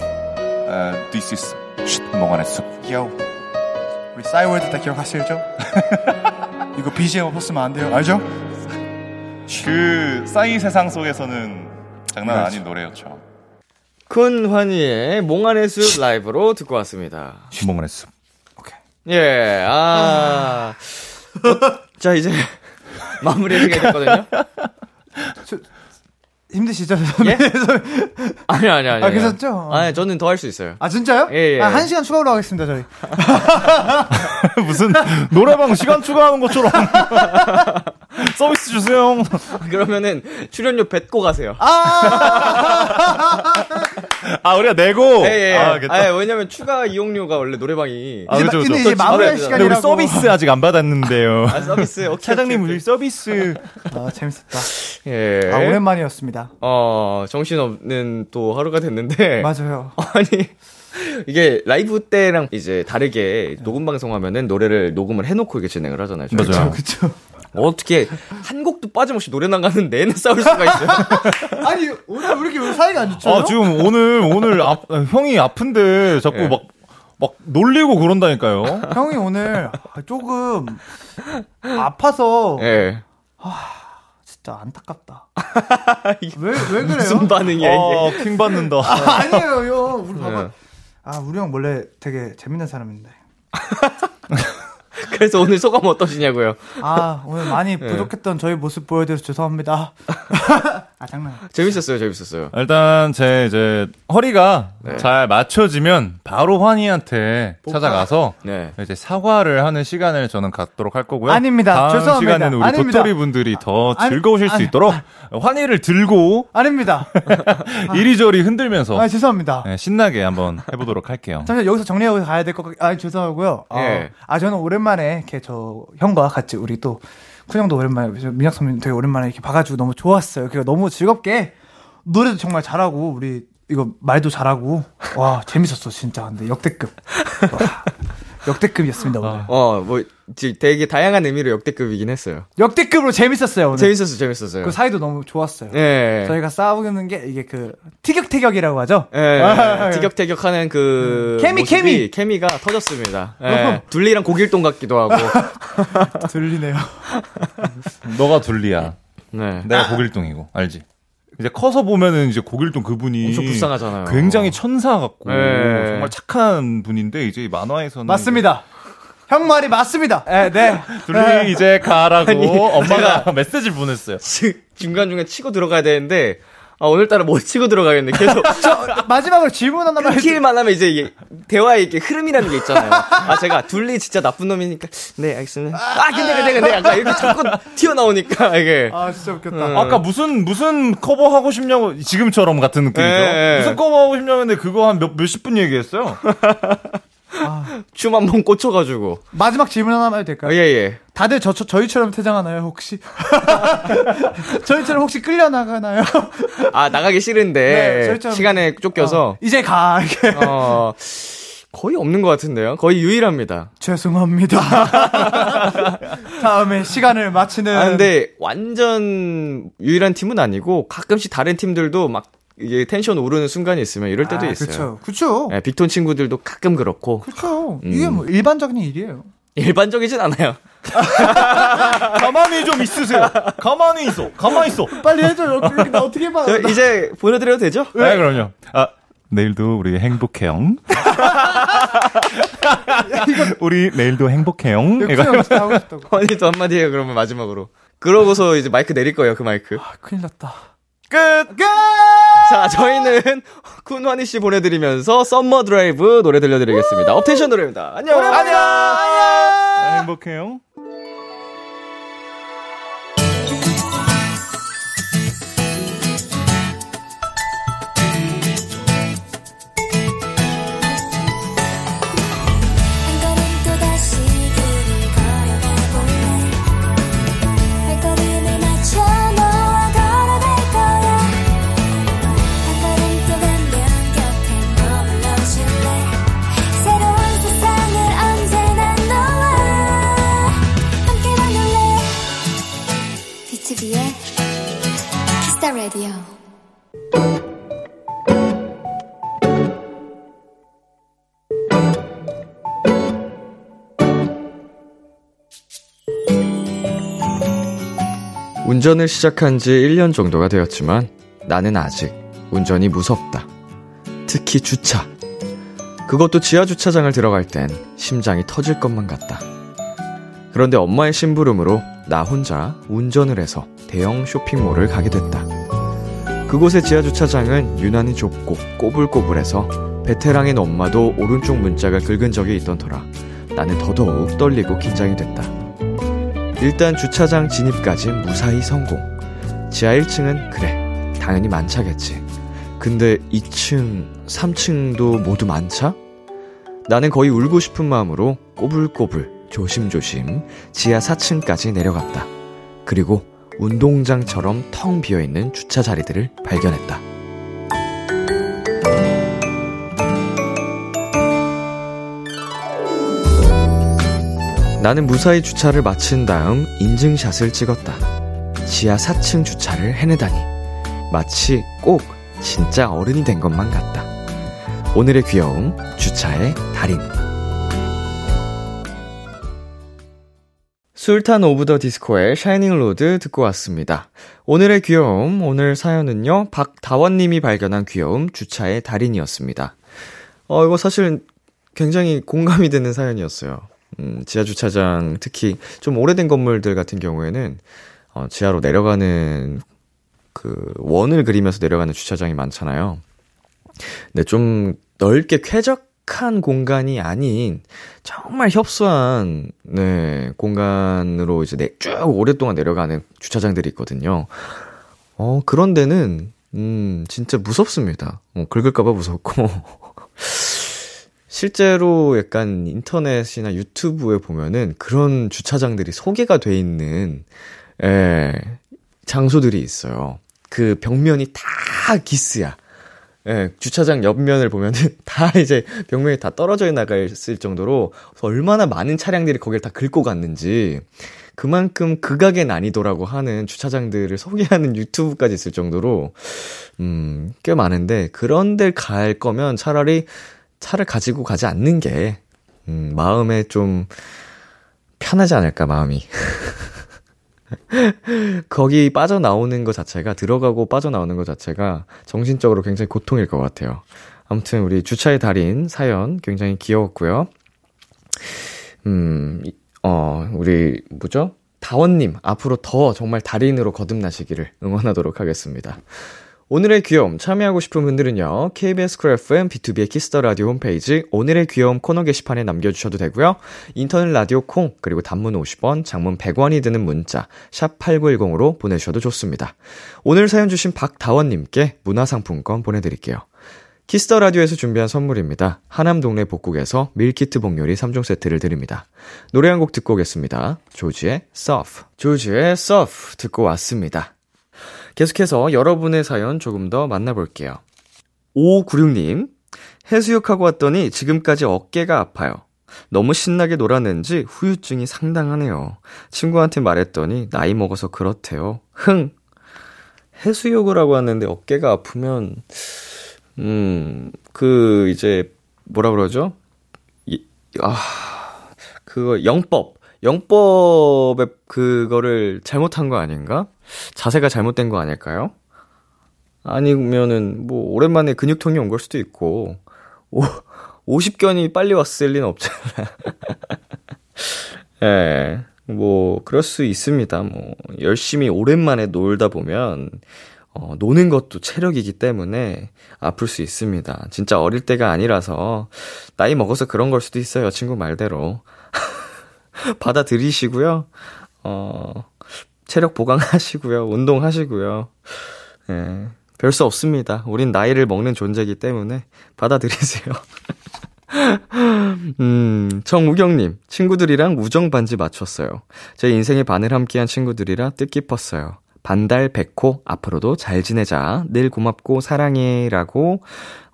어, this is 쉿 먹어내 숲. 요. 우리 싸이월드 다 기억하시죠? 이거 BGM 없었으면 안 돼요. 알죠? 그 싸이 세상 속에서는 장난 아닌 노래였죠. 쿤환이의 몽환의 숲 라이브로 듣고 왔습니다. 쉿 먹어내 숲. 예, 아. 어, 자, 이제 마무리 해야 됐거든요. 힘드시죠? 예? 아니요, 아니요, 아니요. 아, 괜찮죠? 예. 아니, 네, 저는 더 할 수 있어요. 아 진짜요? 예, 예. 아, 한 시간 추가로 하겠습니다 저희. 무슨 노래방 시간 추가하는 것처럼 서비스 주세요. 아. 그러면은 출연료 뱉고 가세요. 아 우리가 내고. 예, 예. 아, 아, 겠다 예, 왜냐면 추가 이용료가 원래 노래방이. 아, 이제 그죠, 마- 그죠. 근데 이제 그렇지. 마무리할 아, 네, 근데 우리 시간이라고. 서비스 아직 안 받았는데요. 아, 서비스, 오케이. 사장님 오케이, 우리 서비스. 아 재밌었다. 오케이. 예. 아 오랜만이었습니다. 어, 정신없는 또 하루가 됐는데. 맞아요. 아니 이게 라이브 때랑 이제 다르게 녹음 방송하면은 노래를 녹음을 해놓고 이게 진행을 하잖아요. 저희가. 맞아요. 그쵸. 어떻게 한 곡도 빠짐없이 노래 나가는 내내 싸울 수가 있어요? 아니 오늘 왜 이렇게 사이가 안 좋죠? 아 지금 오늘 오늘 아, 형이 아픈데 자꾸 예. 막. 막 놀리고 그런다니까요. 형이 오늘 조금 아파서 예. 진짜 안타깝다. 왜 왜 그래요? 무슨 반응이야 이게? 어. 아, 킹 받는다. 아, 아니에요 형. 우리 봐봐. 예. 아 우리 형 원래 되게 재밌는 사람인데. 그래서 오늘 소감 어떠시냐고요? 아 오늘 많이 부족했던 저희 모습 보여드려서 죄송합니다. 아 장난. 재밌었어요, 재밌었어요. 일단 제 이제 허리가 네. 잘 맞춰지면 바로 환희한테 뭐, 찾아가서 네. 이제 사과를 하는 시간을 저는 갖도록 할 거고요. 아닙니다. 다음 죄송합니다. 시간에는 우리 아닙니다. 도토리 분들이 더 아니, 즐거우실 수 아니, 있도록 환희를 들고 아닙니다. 이리저리 흔들면서 아 죄송합니다. 네, 신나게 한번 해보도록 할게요. 잠시 여기서 정리하고 가야 될 것 같, 아, 죄송하고요. 어, 예. 아, 저는 오랜만에 이렇게 저 형과 같이 우리 또, 쿤형도 오랜만에, 저 민혁 선배님 되게 오랜만에 이렇게 봐가지고 너무 좋았어요. 그리고 너무 즐겁게 노래도 정말 잘하고, 우리 이거 말도 잘하고, 와, 아, 재밌었어, 진짜. 근데 역대급. 와, 역대급이었습니다, 오늘. 어, 뭐 지- 되게 다양한 의미로 역대급이긴 했어요. 역대급으로 재밌었어요, 오늘. 재밌었어요, 재밌었어요. 그 사이도 너무 좋았어요. 예. 저희가 싸우는 게 이게 그, 티격태격이라고 하죠? 예, 아, 음. 티격태격하는 그 케미, 모습이 케미. 어. 케미가 터졌습니다. 예, 둘리랑 고길동 같기도 하고. 아. 들리네요. 너가 둘리야. 네. 내가 고길동이고 알지? 이제 커서 보면은 이제 고길동 그분이 엄청 불쌍하잖아요. 굉장히 천사 같고 네. 정말 착한 분인데 이제 이 만화에서는 맞습니다. 형 말이 맞습니다. 예, 네. 둘리 이제 가라고 엄마가 제가- 메시지를 보냈어요. 중간중간 치고 들어가야 되는데 아, 오늘따라 못 치고 들어가겠네. 계속 마지막으로 질문 하나만 해주- 끊길만 하면 이제 이게 대화의 이게 흐름이라는 게 있잖아요. 아 제가 둘리 진짜 나쁜 놈이니까 네 알겠습니다. 아 근데 근데 근데 약간 이렇게 자꾸 튀어나오니까 이게 아 진짜 웃겼다. 아까 무슨 무슨 커버 하고 싶냐고 지금처럼 같은 느낌이죠. 예, 예. 무슨 커버 하고 싶냐고 했는데 그거 한 몇 몇십 분 얘기했어요. 춤 한 번 꽂혀가지고 마지막 질문 하나만 해도 될까요? 예예 예. 다들 저, 저 저희처럼 퇴장하나요 혹시? 저희처럼 혹시 끌려 나가나요? 아 나가기 네, 싫은데 절대 안- 시간에 쫓겨서 이제 가. 이렇게. 어. 거의 없는 것 같은데요. 거의 유일합니다. 죄송합니다. 다음에 시간을 마치는. 아 근데 완전 유일한 팀은 아니고 가끔씩 다른 팀들도 막 이게 텐션 오르는 순간이 있으면 이럴 때도 아, 있어요. 그쵸, 그쵸, 예, 빅톤 친구들도 가끔 그렇고 음. 그쵸. 이게 뭐 일반적인 일이에요. 일반적이진 않아요. 가만히 좀 있으세요. 가만히 있어. 가만히 있어. 빨리 해줘요. 그렇게 나 어떻게 봐? 저 이제 보내드려도 되죠? 네, 그럼요. 아 내일도 우리 행복해요. 우리 내일도 행복해요. 형 진짜 하고 싶다고. 허니도 한마디 해요, 그러면 마지막으로. 그러고서 이제 마이크 내릴 거예요, 그 마이크. 아, 큰일 났다. 끝! 끝! 자, 저희는 쿤환이 씨 보내드리면서 썸머 드라이브 노래 들려드리겠습니다. 업텐션 노래입니다. 안녕! 안녕! 행복해요. 한 걸음 또다시 길을 걸어가볼래 발걸음을 맞춰 너와 걸어갈 거야 한 걸음 또 가면 곁에 머물러줄래 새로운 세상을 언제나 너와 함께 만날래 BTOB의 키스타 라디오 운전을 시작한 지 1년 정도가 되었지만 나는 아직 운전이 무섭다. 특히 주차. 그것도 지하 주차장을 들어갈 땐 심장이 터질 것만 같다. 그런데 엄마의 심부름으로 나 혼자 운전을 해서 대형 쇼핑몰을 가게 됐다. 그곳의 지하 주차장은 유난히 좁고 꼬불꼬불해서 베테랑인 엄마도 오른쪽 문짝을 긁은 적이 있던 터라 나는 더더욱 떨리고 긴장이 됐다. 일단 주차장 진입까지 무사히 성공. 지하 1층은 그래, 당연히 만차겠지. 근데 2층, 3층도 모두 만차? 나는 거의 울고 싶은 마음으로 꼬불꼬불 조심조심 지하 4층까지 내려갔다. 그리고 운동장처럼 텅 비어있는 주차 자리들을 발견했다. 나는 무사히 주차를 마친 다음 인증샷을 찍었다. 지하 4층 주차를 해내다니. 마치 꼭 진짜 어른이 된 것만 같다. 오늘의 귀여움, 주차의 달인. 술탄 오브 더 디스코의 샤이닝 로드 듣고 왔습니다. 오늘의 귀여움, 오늘 사연은요, 박다원님이 발견한 귀여움, 주차의 달인이었습니다. 어, 이거 사실 굉장히 공감이 되는 사연이었어요. 음, 지하주차장, 특히 좀 오래된 건물들 같은 경우에는, 어, 지하로 내려가는 그 원을 그리면서 내려가는 주차장이 많잖아요. 근데 좀 넓게 쾌적한 공간이 아닌 정말 협소한 네, 공간으로 이제 내, 쭉 오랫동안 내려가는 주차장들이 있거든요. 어, 그런 데는 음, 진짜 무섭습니다. 어, 긁을까 봐 무섭고. 실제로 약간 인터넷이나 유튜브에 보면은 그런 주차장들이 소개가 돼 있는 예, 장소들이 있어요. 그 벽면이 다 기스야. 예, 주차장 옆면을 보면은 다 이제 벽면이 다 떨어져 나가 있을 정도로 얼마나 많은 차량들이 거길 다 긁고 갔는지 그만큼 극악의 난이도라고 하는 주차장들을 소개하는 유튜브까지 있을 정도로 음, 꽤 많은데 그런 데 갈 거면 차라리 차를 가지고 가지 않는 게 음, 마음에 좀 편하지 않을까 마음이. 거기 빠져나오는 것 자체가 들어가고 빠져나오는 것 자체가 정신적으로 굉장히 고통일 것 같아요. 아무튼 우리 주차의 달인 사연 굉장히 귀여웠고요. 음, 이- 어, 우리 뭐죠? 다원님 앞으로 더 정말 달인으로 거듭나시기를 응원하도록 하겠습니다. 오늘의 귀여움 참여하고 싶은 분들은요. KBS 쿨 FM B2B의 키스터 라디오 홈페이지 오늘의 귀여움 코너 게시판에 남겨 주셔도 되고요. 인터넷 라디오 콩 그리고 단문 50원, 장문 100원이 드는 문자 샵 8910으로 보내 주셔도 좋습니다. 오늘 사연 주신 박다원 님께 문화상품권 보내 드릴게요. 키스터 라디오에서 준비한 선물입니다. 하남 동네 복국에서 밀키트 복요리 3종 세트를 드립니다. 노래 한 곡 듣고 오겠습니다. 조지의 서프. 조지의 서프 듣고 왔습니다. 계속해서 여러분의 사연 조금 더 만나볼게요. 596님, 해수욕하고 왔더니 지금까지 어깨가 아파요. 너무 신나게 놀았는지 후유증이 상당하네요. 친구한테 말했더니 나이 먹어서 그렇대요. 흥! 해수욕을 하고 왔는데 어깨가 아프면 음, 그, 이제, 뭐라 그러죠? 이, 아, 그거, 영법. 영법에 그거를 잘못한 거 아닌가? 자세가 잘못된 거 아닐까요? 아니면은, 뭐, 오랜만에 근육통이 온 걸 수도 있고, 오, 50견이 빨리 왔을 리는 없잖아. 예, 뭐, 그럴 수 있습니다. 뭐, 열심히 오랜만에 놀다 보면, 어, 노는 것도 체력이기 때문에 아플 수 있습니다. 진짜 어릴 때가 아니라서, 나이 먹어서 그런 걸 수도 있어요. 친구 말대로. 받아들이시고요. 어, 체력 보강하시고요. 운동하시고요. 예, 별 수 없습니다. 우린 나이를 먹는 존재이기 때문에 받아들이세요. 음, 정우경님, 친구들이랑 우정 반지 맞췄어요. 제 인생의 반을 함께한 친구들이라 뜻깊었어요. 반달 백호, 앞으로도 잘 지내자. 늘 고맙고 사랑해. 라고,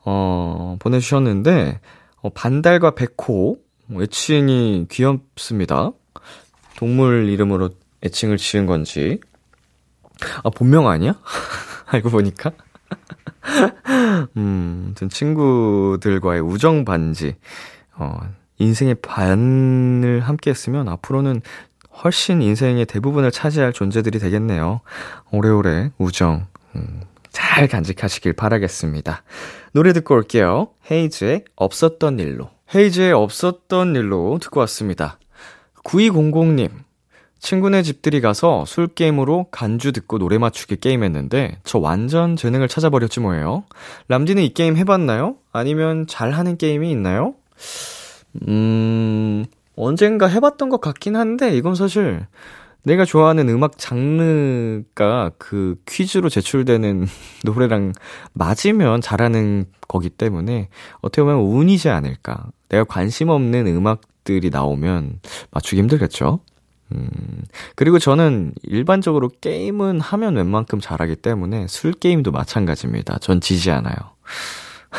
어, 보내주셨는데, 어, 반달과 백호, 애칭이 귀엽습니다. 동물 이름으로 애칭을 지은 건지. 아, 본명 아니야? 알고 보니까. 음, 아무튼 친구들과의 우정 반지. 어, 인생의 반을 함께 했으면 앞으로는 훨씬 인생의 대부분을 차지할 존재들이 되겠네요. 오래오래 우정 음, 잘 간직하시길 바라겠습니다. 노래 듣고 올게요. 헤이즈의 없었던 일로. 헤이즈의 없었던 일로 듣고 왔습니다. 9200님. 친구네 집들이 가서 술 게임으로 간주 듣고 노래 맞추기 게임 했는데 저 완전 재능을 찾아버렸지 뭐예요. 람디는 이 게임 해봤나요? 아니면 잘하는 게임이 있나요? 음, 언젠가 해봤던 것 같긴 한데, 이건 사실 내가 좋아하는 음악 장르가 그 퀴즈로 제출되는 노래랑 맞으면 잘하는 거기 때문에 어떻게 보면 운이지 않을까. 내가 관심 없는 음악들이 나오면 맞추기 힘들겠죠? 음, 그리고 저는 일반적으로 게임은 하면 웬만큼 잘하기 때문에 술 게임도 마찬가지입니다. 전 지지 않아요.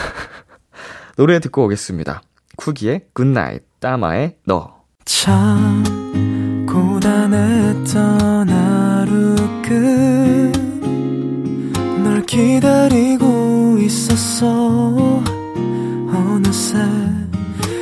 노래 듣고 오겠습니다. 쿠기의 굿나잇, 따마의 너. 참 고단했던 하루 끝널 기다리고 있었어 어느새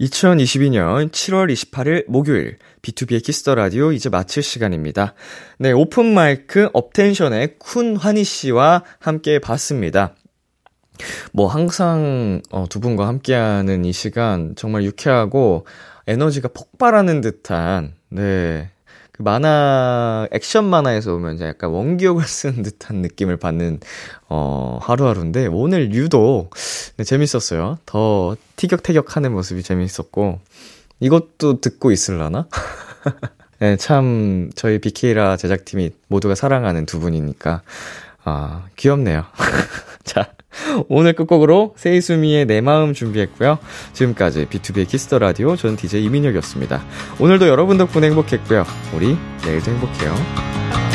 2022년 7월 28일 목요일, B2B의 키스터 라디오 이제 마칠 시간입니다. 네, 오픈 마이크 업텐션의 쿤 환희 씨와 함께 봤습니다. 뭐 항상 어, 두 분과 함께하는 이 시간 정말 유쾌하고 에너지가 폭발하는 듯한 네. 그 만화 액션 만화에서 보면 이제 약간 원기옥을 쓰는 듯한 느낌을 받는 어 하루하루인데 오늘 유독 네, 재밌었어요. 더 티격태격하는 모습이 재밌었고 이것도 듣고 있을라나? 네, 참 저희 비케이라 제작팀이 모두가 사랑하는 두 분이니까 아 귀엽네요. 자 오늘 끝곡으로 세이수미의 내 마음 준비했고요. 지금까지 B2B의 키스터 라디오 저는 DJ 이민혁이었습니다. 오늘도 여러분 덕분에 행복했고요. 우리 내일도 행복해요.